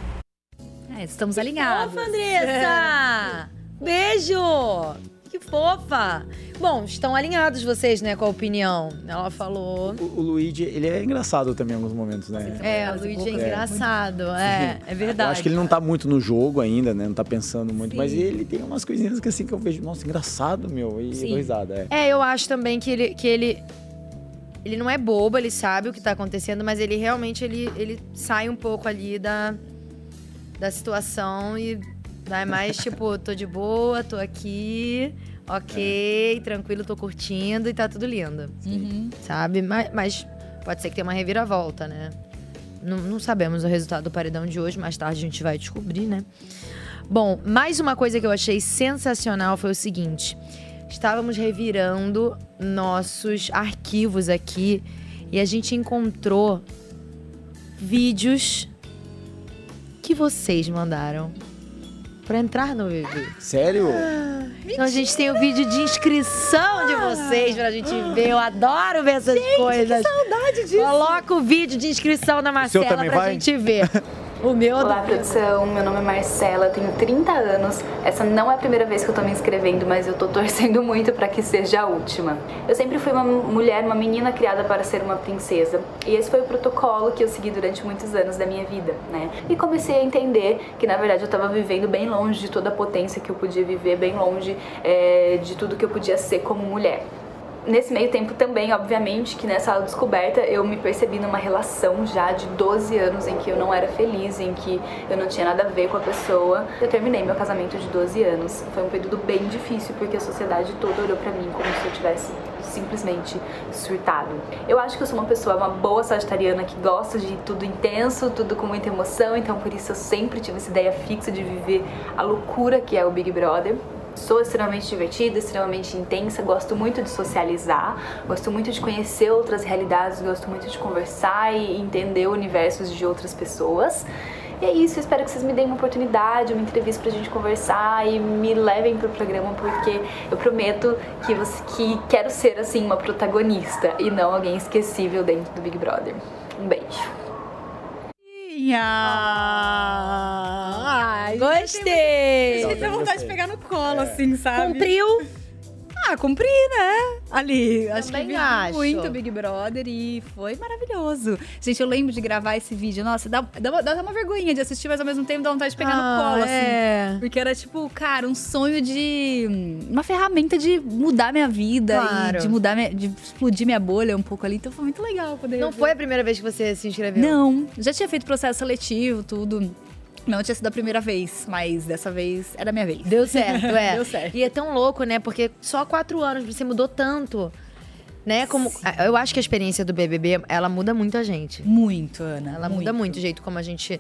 É, estamos alinhados.
Fofa, Andressa! Beijo! Que fofa! Bom, estão alinhados vocês, né, com a opinião. Ela falou.
O, o Luigi, ele é engraçado também em alguns momentos, né?
É, o Luigi é engraçado. É, é verdade.
Eu acho que ele não tá muito no jogo ainda, né? Não tá pensando muito, mas ele tem umas coisinhas que assim que eu vejo, nossa, engraçado, meu, e
Sim.
dou risada. É.
É, eu acho também que ele, que ele. Ele não é bobo, ele sabe o que tá acontecendo, mas ele realmente ele, ele sai um pouco ali da, da situação e vai mais tipo, tô de boa, tô aqui,
É.
ok, tranquilo, tô curtindo e tá tudo lindo. Sabe? Mas, mas pode ser que tenha uma reviravolta, né? Não, não sabemos o resultado do paredão de hoje, mais tarde a gente vai descobrir, né? Bom, mais uma coisa que eu achei sensacional foi o seguinte: estávamos revirando nossos arquivos aqui e a gente encontrou vídeos que vocês mandaram pra entrar no BBB.
Sério?
Então a gente tem o vídeo de inscrição de vocês pra gente ver. Eu adoro ver essas coisas. Ah. Que saudade disso. Coloca o vídeo de inscrição da Marcela
também
pra
vai?
gente ver. O meu
Olá, produção. Meu nome é Marcela, eu tenho 30 anos. Essa não é a primeira vez que eu tô me inscrevendo, mas eu tô torcendo muito pra que seja a última. Eu sempre fui uma mulher, uma menina criada para ser uma princesa. E esse foi o protocolo que eu segui durante muitos anos da minha vida, né? E comecei a entender que, na verdade, eu tava vivendo bem longe de toda a potência que eu podia viver, bem longe eh, de tudo que eu podia ser como mulher. Nesse meio tempo também, obviamente, que nessa descoberta eu me percebi numa relação já de 12 anos em que eu não era feliz, em que eu não tinha nada a ver com a pessoa. Eu terminei meu casamento de 12 anos. Foi um período bem difícil porque a sociedade toda olhou pra mim como se eu tivesse simplesmente surtado. Eu acho que eu sou uma pessoa, uma boa sagitariana que gosta de tudo intenso, tudo com muita emoção, então por isso eu sempre tive essa ideia fixa de viver a loucura que é o Big Brother. Sou extremamente divertida, extremamente intensa, gosto muito de socializar, gosto muito de conhecer outras realidades, gosto muito de conversar e entender universos de outras pessoas. E é isso, eu espero que vocês me deem uma oportunidade, uma entrevista pra gente conversar e me levem pro programa, porque eu prometo que, você, que quero ser, assim, uma protagonista e não alguém esquecível dentro do Big Brother. Um beijo.
Ai,
gostei.
Legal,
Gente, dá vontade de
gostei.
pegar no colo, assim, sabe?
Cumpriu?
Ah, cumpri, né? Ali, acho
Também
que vi
acho.
muito Big Brother e foi maravilhoso. Gente, eu lembro de gravar esse vídeo. Nossa, dá, dá, uma- dá uma vergonhinha de assistir, mas ao mesmo tempo dá vontade de pegar
Ah,
no colo,
é.
assim. Porque era tipo, cara, um sonho de. hum, Uma ferramenta de mudar minha vida
Claro.
e de mudar minha- de explodir minha bolha um pouco ali. Então foi muito legal poder.
Não
ver.
foi a primeira vez que você se inscreveu?
Não, já tinha feito processo seletivo, tudo. Não tinha sido a primeira vez, mas dessa vez era a minha vez.
Deu certo, é.
Deu certo.
E é tão louco, né? Porque só quatro anos você mudou tanto. Né? Como, eu acho que a experiência do BBB, ela muda muito a gente.
Muito, Ana.
Ela muda muito o jeito como a gente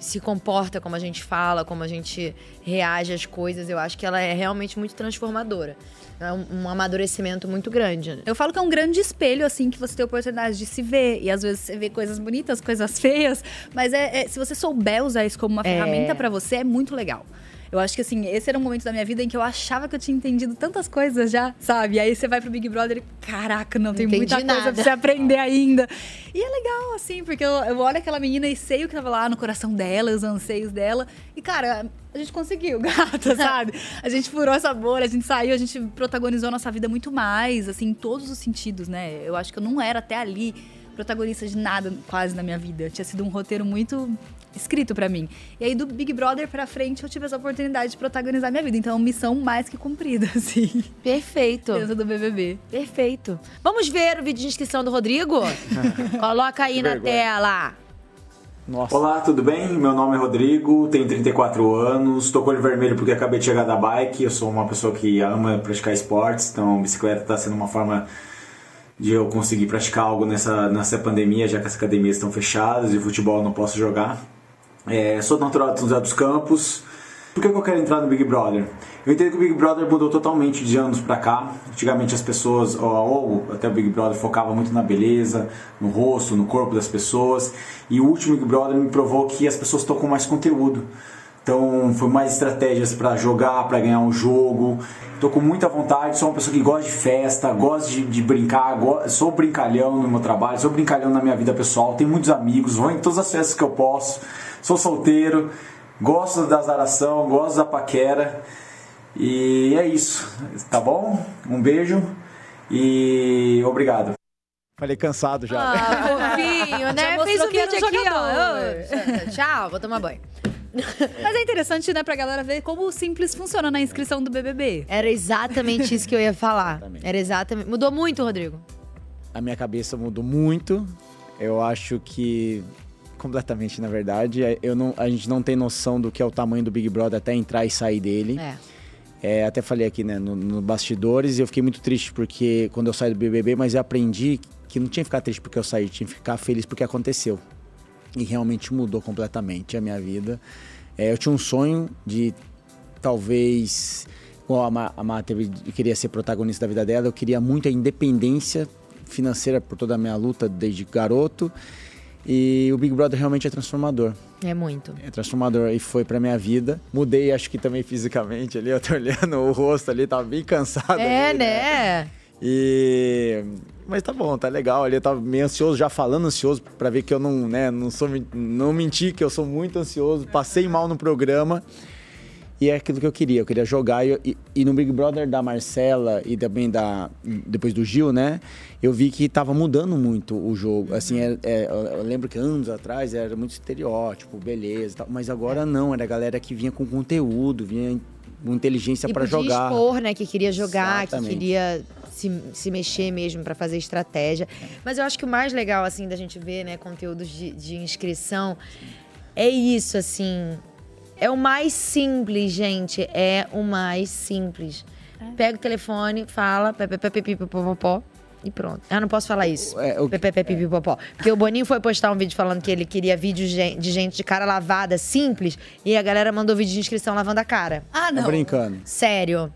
se comporta, como a gente fala, como a gente reage às coisas. Eu acho que ela é realmente muito transformadora. É um, um amadurecimento muito grande. né?
Eu falo que é um grande espelho, assim, que você tem a oportunidade de se ver. E às vezes você vê coisas bonitas, coisas feias. Mas é, é- se você souber usar isso como uma
É.
ferramenta pra você, é muito legal. Eu acho que, assim, esse era um momento da minha vida em que eu achava que eu tinha entendido tantas coisas já, sabe? E aí você vai pro Big Brother e, caraca, não, tem
Entendi
muita
nada.
coisa pra você aprender ainda. E é legal, assim, porque eu, eu olho aquela menina e sei o que tava lá no coração dela, os anseios dela. E, cara, a gente conseguiu, gata, sabe? A gente furou essa bolha, a gente saiu, a gente protagonizou a nossa vida muito mais, assim, em todos os sentidos, né? Eu acho que eu não era até ali protagonista de nada quase na minha vida. Tinha sido um roteiro muito escrito pra mim. E aí, do Big Brother pra frente, eu tive essa oportunidade de protagonizar minha vida. Então, é uma missão mais que cumprida, assim.
Perfeito.
Dentro do BBB.
Perfeito. Vamos ver o vídeo de inscrição do Rodrigo? Coloca aí
Que
na
vergonha.
tela.
Olá, tudo bem? Meu nome é Rodrigo, tenho 34 anos, tô com olho vermelho porque acabei de chegar da bike, eu sou uma pessoa que ama praticar esportes, então bicicleta tá sendo uma forma de eu conseguir praticar algo nessa, nessa pandemia, já que as academias estão fechadas e futebol eu não posso jogar. É, sou natural de São José dos Campos, Por que, que eu quero entrar no Big Brother? Eu entendo que o Big Brother mudou totalmente de anos pra cá. Antigamente as pessoas, ou, ou até o Big Brother, focava muito na beleza, no rosto, no corpo das pessoas. E o último Big Brother me provou que as pessoas estão com mais conteúdo. Então, foi mais estratégias para jogar, para ganhar um jogo. Tô com muita vontade, sou uma pessoa que gosta de festa, gosta de, de brincar, go- sou brincalhão no meu trabalho, sou brincalhão na minha vida pessoal, tenho muitos amigos, vou em todas as festas que eu posso, sou solteiro, gosto da zaração, gosto da paquera. E é isso, tá bom? Um beijo e obrigado.
Falei cansado já.
Ah, fofinho, né?
Já
Fez o
mostrou que era
vídeo
um
aqui,
jogador.
ó. Tchau, vou tomar banho.
Mas é interessante, né, pra galera ver como o Simples funciona na inscrição do BBB.
Era exatamente isso que eu ia falar. Era exatamente. Mudou muito, Rodrigo.
A minha cabeça mudou muito. Eu acho que completamente, na verdade, é, eu não, a gente não tem noção do que é o tamanho do Big Brother até entrar e sair dele.
É.
É, até falei aqui, né, no, no bastidores, e eu fiquei muito triste porque quando eu saí do BBB, mas eu aprendi que não tinha que ficar triste porque eu saí, tinha que ficar feliz porque aconteceu. E realmente mudou completamente a minha vida. É, eu tinha um sonho de talvez. Bom, a Ma, a Ma teve- queria ser protagonista da vida dela, eu queria muito a independência financeira por toda a minha luta desde garoto. E o Big Brother realmente é transformador.
É muito.
É transformador e foi pra minha vida. Mudei, acho que também fisicamente ali, eu tô olhando o rosto ali, tava bem cansado.
É,
ali,
né?
E. Mas tá bom, tá legal ali. Eu tava meio ansioso, já falando ansioso, pra ver que eu não, né, não sou. men- Não menti, que eu sou muito ansioso. Passei mal no programa. E é aquilo que eu queria, eu queria jogar. E, e- e no Big Brother da Marcela e também da. Depois do Gil, né? Eu vi que tava mudando muito o jogo. Assim, é- é, eu eu lembro que anos atrás era muito estereótipo, beleza e tal. Mas agora não, era a galera que vinha com conteúdo, vinha com inteligência
E
pra
podia
jogar.
expor, né? Que queria jogar,
Exatamente.
que queria se, se mexer mesmo pra fazer estratégia.
É.
Mas eu acho que o mais legal, assim, da gente ver, né, conteúdos de, de inscrição é isso, assim. É o mais simples, gente. É o mais simples. Pega o telefone, fala, pe- pe- pe- pe- pe- pe- pó, pó, pó, e pronto. Ah, não posso falar isso.
é,
Pe- pe- pe- pe- pe- pó, pó. Porque o Boninho foi postar um vídeo falando que ele queria vídeo gen- de gente de cara lavada, simples, e a galera mandou vídeo de inscrição lavando a cara.
Ah,
Tá brincando.
Sério.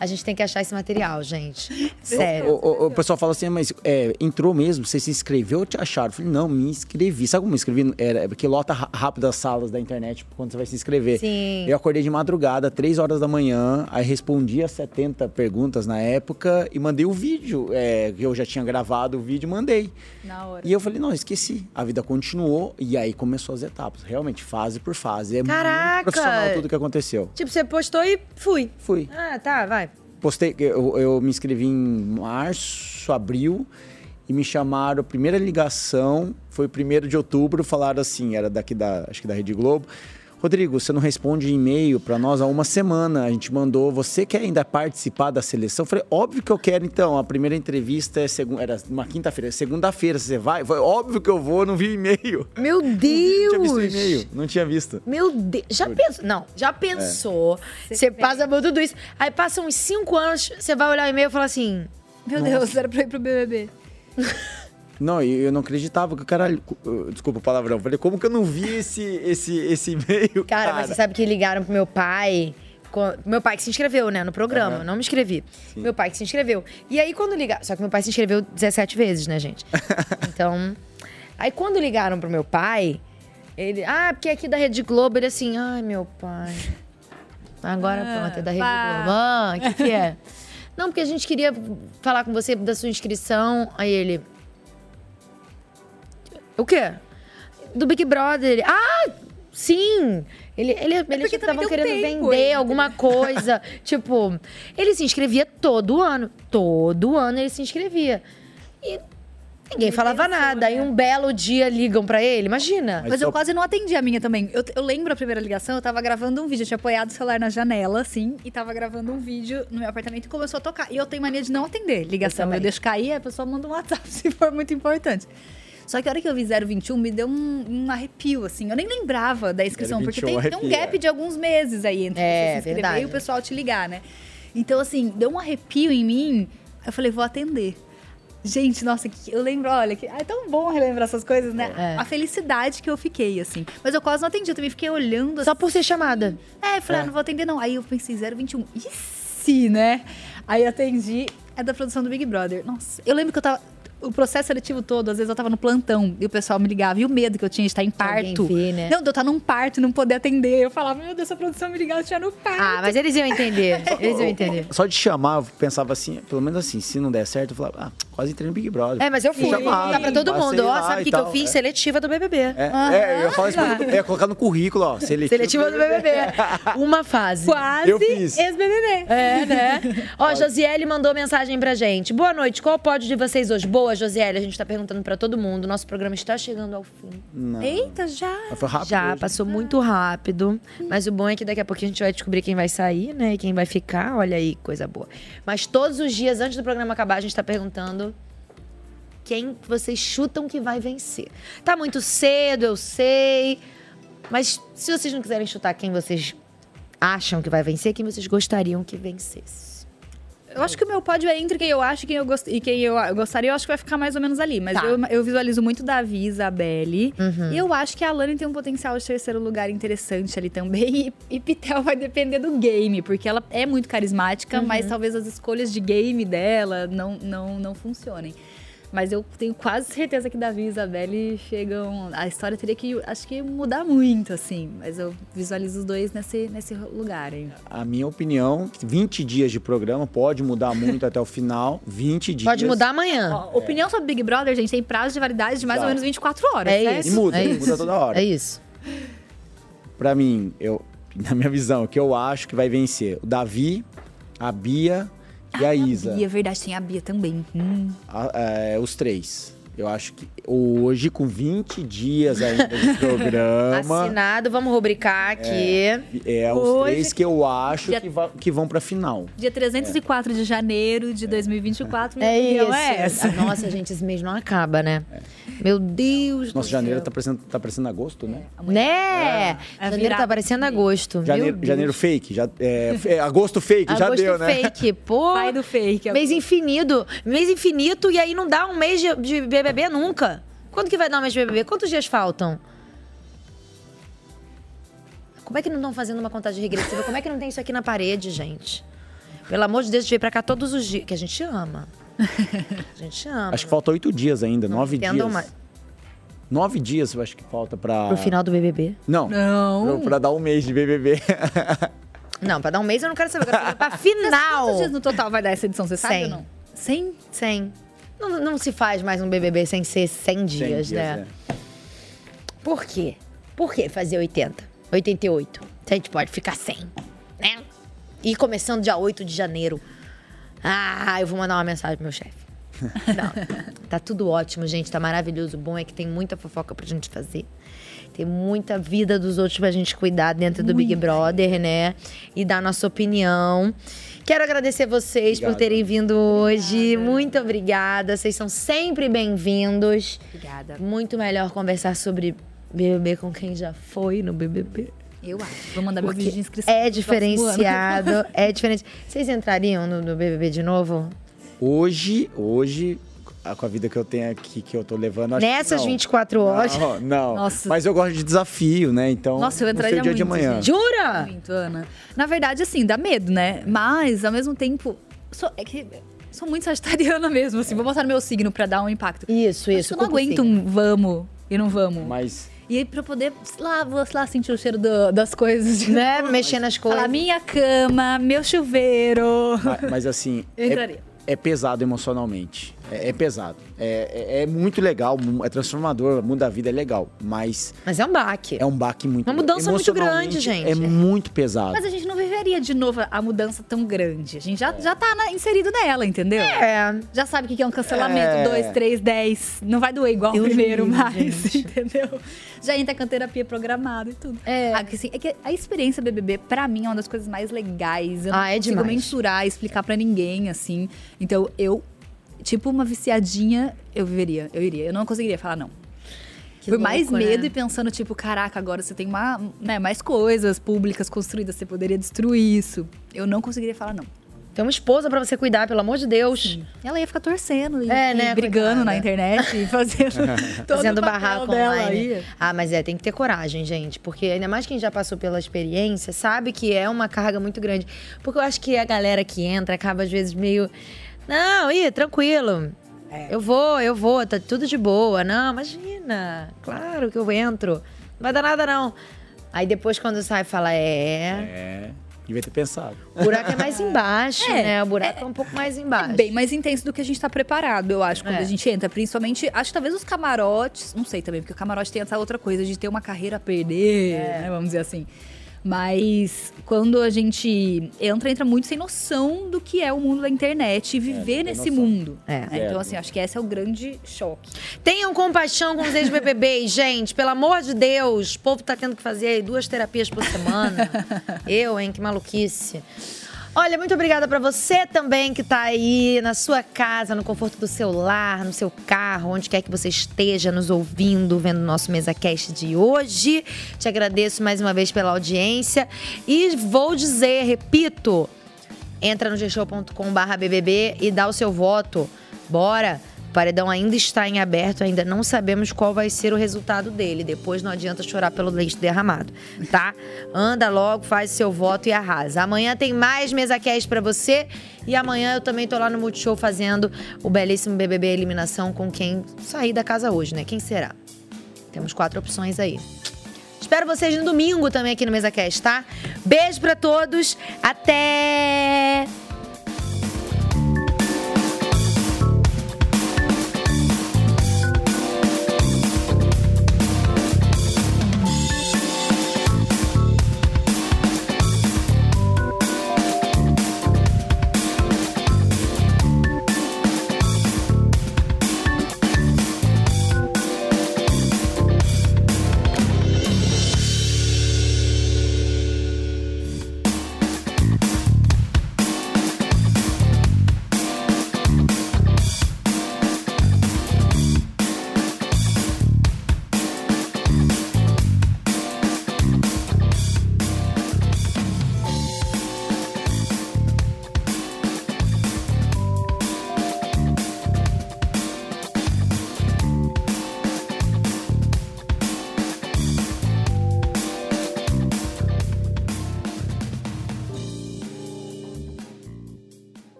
A gente tem que achar esse material, gente. Sério.
O, o- o- o pessoal fala assim, mas é, entrou mesmo? Você se inscreveu ou te acharam? Eu falei, não, me inscrevi. Sabe como me inscrevi? Era porque lota ra- rápido as salas da internet quando você vai se inscrever.
Sim.
Eu acordei de madrugada, três horas da manhã, aí respondi as 70 perguntas na época e mandei o vídeo. é, que eu já tinha gravado o vídeo e mandei.
Na hora.
E eu falei, não, esqueci. A vida continuou e aí começou as etapas. Realmente, fase por fase. É
Caraca!
muito profissional tudo que aconteceu.
Tipo, você postou e fui.
Fui.
Ah, tá, vai.
Postei, eu, eu me inscrevi em março, abril, e me chamaram, a primeira ligação foi 1 de outubro, falaram assim, era daqui da, acho que da Rede Globo, Rodrigo, você não responde e-mail pra nós há uma semana. A gente mandou, você quer ainda participar da seleção? Eu falei, óbvio que eu quero, então. A primeira entrevista é segu- era uma quinta-feira, é segunda-feira você vai? Foi óbvio que eu vou, não vi e-mail.
Meu Deus!
Não tinha visto e-mail, não tinha visto.
Meu Deus, já pensou? Não, já pensou.
É.
Você passa por tudo isso. Aí passa uns cinco anos, você vai olhar o e-mail e fala assim:
Meu Deus, era pra ir pro BBB.
Não, e eu não acreditava que, caralho, co- eu- desculpa o palavrão. Falei, como que eu não vi esse, esse, esse e-mail?
Cara, mas você sabe que ligaram pro meu pai. co- Meu pai que se inscreveu, né, no programa.
Aham.
Não me inscrevi.
Sim.
Meu pai que se inscreveu. E aí, quando ligaram. Só que meu pai se inscreveu 17 vezes, né, gente? então. Aí, quando ligaram pro meu pai, ele. Ah, porque aqui da Rede Globo, ele assim. Ai, meu pai. Agora
Ah,
pronto, é da Rede
pá.
Globo. Ah, o que, que é? Não, porque a gente queria falar com você da sua inscrição. Aí ele. O quê? Do Big Brother. Ele, ah, sim! Ele, ele, eles estavam
É, também
querendo
tem um tempo
vender
entre.
alguma coisa. tipo, ele se inscrevia todo ano. Todo ano ele se inscrevia. E ninguém falava nada. Aí um belo dia ligam pra ele. Imagina.
né? Mas, eu quase não atendi a minha também. Eu, eu lembro a primeira ligação, eu tava gravando um vídeo, eu tinha apoiado o celular na janela, assim, e tava gravando um vídeo no meu apartamento e começou a tocar. E eu tenho mania de não atender ligação. Eu, deixo cair, a pessoa manda um WhatsApp se for muito importante. Só que a hora que eu vi 021, me deu um, um arrepio, assim. Eu nem lembrava da inscrição, porque
021
tem, tem um
arrepia.
gap de alguns meses aí entre
É,
você se inscrever
verdade.
e o pessoal te ligar, né? Então, assim, deu um arrepio em mim. Eu falei, vou atender. Gente, nossa, que- eu lembro, olha, que, ah, é tão bom relembrar essas coisas, né?
É.
A felicidade que eu fiquei, assim. Mas eu quase não atendi, eu também fiquei olhando. Só
por ser chamada.
É, falei,
É.
ah, não vou atender, não. Aí eu pensei, 021, e se, né? Aí eu atendi, é da produção do Big Brother. Nossa, eu lembro que eu tava. O processo seletivo todo, às vezes eu tava no plantão e o pessoal me ligava. E o medo que eu tinha de estar em parto.
ver, né?
Não, de eu estar num parto e não poder atender. Eu falava, meu Deus, a produção me ligava, eu tinha no parto.
Ah, mas eles iam entender. Eles iam entender.
Só de chamar, eu pensava assim, pelo menos assim, se não der certo, eu falava, ah, quase entrei no Big Brother.
É, mas eu fui.
Chamava,
Tá pra todo
passei
mundo. Ó,
lá
sabe o
e
que, que eu
tal.
fiz?
É,
Seletiva do BBB.
é, é, eu ia falar isso, pra- eu ia colocar no currículo, ó, seletivo.
Seletiva do BBB. Uma fase. Quase
Eu fiz.
ex-BBB. É, né? Ó, Josiele mandou mensagem pra gente. Boa noite, qual o pódio de vocês hoje? Boa, Josiele, a gente tá perguntando pra todo mundo. Nosso programa está chegando ao fim.
嗯
Não.
Eita, já.
Foi rápido
já,
hoje. né?
passou muito rápido. Mas o bom é que daqui a pouquinho a gente vai descobrir quem vai sair, né? E quem vai ficar. Olha aí, coisa boa. Mas todos os dias, antes do programa acabar, a gente tá perguntando quem vocês chutam que vai vencer. Tá muito cedo, eu sei. Mas se vocês não quiserem chutar quem vocês acham que vai vencer, quem vocês gostariam que vencesse.
Eu acho que o meu pódio é entre quem eu acho e quem eu, gost... e quem eu a- gostaria. Eu acho que vai ficar mais ou menos ali. Mas
Tá.
eu, eu visualizo muito Davi e Isabelle. E eu acho que a Alane tem um potencial de terceiro lugar interessante ali também. E, e Pitel vai depender do game, porque ela é muito carismática,
Uhum.
mas talvez as escolhas de game dela não, não, não funcionem. Mas eu tenho quase certeza que Davi e Isabelle chegam. A história teria que, acho que, mudar muito, assim. Mas eu visualizo os dois nesse, nesse lugar aí.
A minha opinião, 20 dias de programa, pode mudar muito até o final. 20 dias.
Ó, opinião sobre Big Brother, gente, tem prazo de validade de mais ou
Exato.
menos 24 horas. né?
É
certo?
isso, Tá. E muda, é muda isso. toda hora. É
isso.
Pra mim, eu, na minha visão, o que eu acho que vai vencer? O Davi, a Bia e a Isa.
E é verdade, tem a Bia também. Hum.
A- é, os três. Eu acho que hoje, com 20 dias ainda de programa.
Assinado, vamos rubricar aqui.
É, é os
Hoje-
três que eu acho
Dia-
que, va- que vão pra final.
Dia 304 de janeiro de 2024, minha
É
opinião
isso.
é essa.
Ah, Nossa, gente, esse mês não acaba, né?
É.
Meu Deus.
Nosso janeiro tá parecendo, tá parecendo agosto, né?
Né? janeiro tá parecendo agosto.
Janeiro, janeiro fake, já, é, fe- é, agosto fake, já
Agosto
deu, né?
fake, pô. Sai do é
fake.
Mês infinito. Mês infinito e aí não dá um mês de, de BBB nunca. Quando que vai dar um mês de BBB? Quantos dias faltam? Como é que não estão fazendo uma contagem regressiva? Como é que não tem isso aqui na parede, gente? Pelo amor de Deus, a gente veio pra cá todos os dias. Que a gente ama. A gente ama.
Acho que falta oito dias ainda, nove
entendo
dias.
mais.
Nove dias eu acho que falta pra.
Pro final do BBB?
Não.
Não.
Pra, pra dar um mês de BBB.
Não, pra dar um mês eu não quero saber. Eu quero saber pra final.
Quantos dias no total vai dar essa edição, você sabe ou não? 100?
100. Não, não se faz mais um BBB sem ser 100 dias,
é.
né? Por quê? Por que fazer 80? 88? Se Então, a gente pode ficar 100, né? E começando dia 8 de janeiro. Ah, eu vou mandar uma mensagem pro meu chefe. Não, tá tudo ótimo, gente. Tá maravilhoso. O bom é que tem muita fofoca pra gente fazer. Tem muita vida dos outros pra gente cuidar dentro do Big Brother, né? E dar nossa opinião. Quero agradecer vocês
Obrigado.
por terem vindo hoje. Muito obrigada. Vocês são sempre bem-vindos. Obrigada. Muito melhor conversar sobre BBB com quem já foi no BBB.
Eu acho. Vou mandar meu
Porque
vídeo de inscrição.
É
pro próximo ano.
diferenciado, é diferente. Vocês entrariam no, no BBB de novo?
Hoje, hoje, a- com a vida que eu tenho aqui, que eu tô levando. acho que
Nessas
não.
24 horas.
Não, não.
Nossa.
Mas eu gosto de desafio, né? Então.
Nossa, eu
não sei
entraria
o dia
muito.
de amanhã.
gente. Muito, Ana. Na verdade, assim, dá medo, né? Mas, ao mesmo tempo, sou, é que sou muito sagitariana mesmo, assim. Vou botar no meu signo pra dar um impacto.
Isso,
Acho
isso,
que Eu não
culpa o
aguento
signo.
um vamos e não vamos.
Mas...
E aí, pra eu poder, sei lá, vou sei lá, sentir o cheiro do- das coisas.
Né? Mexer nas coisas.
Falar, minha cama, meu chuveiro.
Ma- Mas, assim.
Eu entraria.
É, é pesado emocionalmente. É, é pesado. É, é- é muito legal, mu- é transformador, muda a vida, é legal. Mas.
Mas é um baque.
É um baque muito
Uma mudança muito grande,
emocionalmente,
gente.
É muito pesado.
Mas a gente não viveria de novo a mudança tão grande. A gente já, já tá na- inserido nela, entendeu?
É.
Já sabe o que que é um cancelamento.
É.
2, 3, 10. Não vai doer igual o primeiro mais, entendeu? Já entra com terapia programada e tudo. É. Assim, é que a experiência BBB, pra mim, é uma das coisas mais legais. Eu
Ah,
não
é
consigo
demais.
mensurar, explicar pra ninguém, assim. Então, eu, tipo uma viciadinha, eu viveria, eu iria. Eu não conseguiria falar não.
Que
Por mais
louco, né?
medo e pensando, tipo, caraca, agora você tem uma, né, mais coisas públicas construídas, você poderia destruir isso. Eu não conseguiria falar não.
Tem uma esposa pra você cuidar, pelo amor de Deus.
Ela ia ficar torcendo e,
É,
e
né, coitada.
brigando na internet e fazendo todo
fazendo
o papel
barraco
dela
online.
aí.
Ah, mas é, tem que ter coragem, gente. Porque ainda mais quem já passou pela experiência, sabe que é uma carga muito grande. Porque eu acho que a galera que entra acaba, às vezes, meio. Não, ih, tranquilo.
É.
Eu vou, eu vou, tá tudo de boa. Não, imagina. Claro que eu entro. Não vai dar nada, não. Aí depois, quando sai, fala, é.
É, devia ter pensado.
O buraco é mais embaixo,
É,
né? O buraco é, um pouco mais embaixo.
Bem mais intenso do que a gente tá preparado, eu acho, quando
É.
a gente entra. Principalmente, acho que talvez os camarotes, não sei também, porque o camarote tem essa outra coisa de ter uma carreira a perder,
É.
né? Vamos dizer assim. Mas quando a gente entra, entra muito sem noção do que é o mundo da internet e viver
É, tem
nesse
noção.
mundo.
É.
né?
Zero.
Então, assim, acho que esse é o grande choque.
Tenham compaixão com os ex-BBBs, gente. Pelo amor de Deus. O povo tá tendo que fazer aí duas terapias por semana. Eu, hein? Que maluquice. Olha, muito obrigada pra você também que tá aí na sua casa, no conforto do seu lar, no seu carro, onde quer que você esteja nos ouvindo, vendo o nosso MesaCast de hoje. Te agradeço mais uma vez pela audiência e vou dizer, repito, entra no gshow.com.br BBB e dá o seu voto. Bora! O paredão ainda está em aberto, ainda não sabemos qual vai ser o resultado dele. Depois não adianta chorar pelo leite derramado, tá? Anda logo, faz seu voto e arrasa. Amanhã tem mais mesa cast pra você e amanhã eu também tô lá no Multishow fazendo o belíssimo BBB eliminação com quem sair da casa hoje, né? Quem será? Temos quatro opções aí. Espero vocês no domingo também aqui no MesaCast, tá? Beijo pra todos. Até!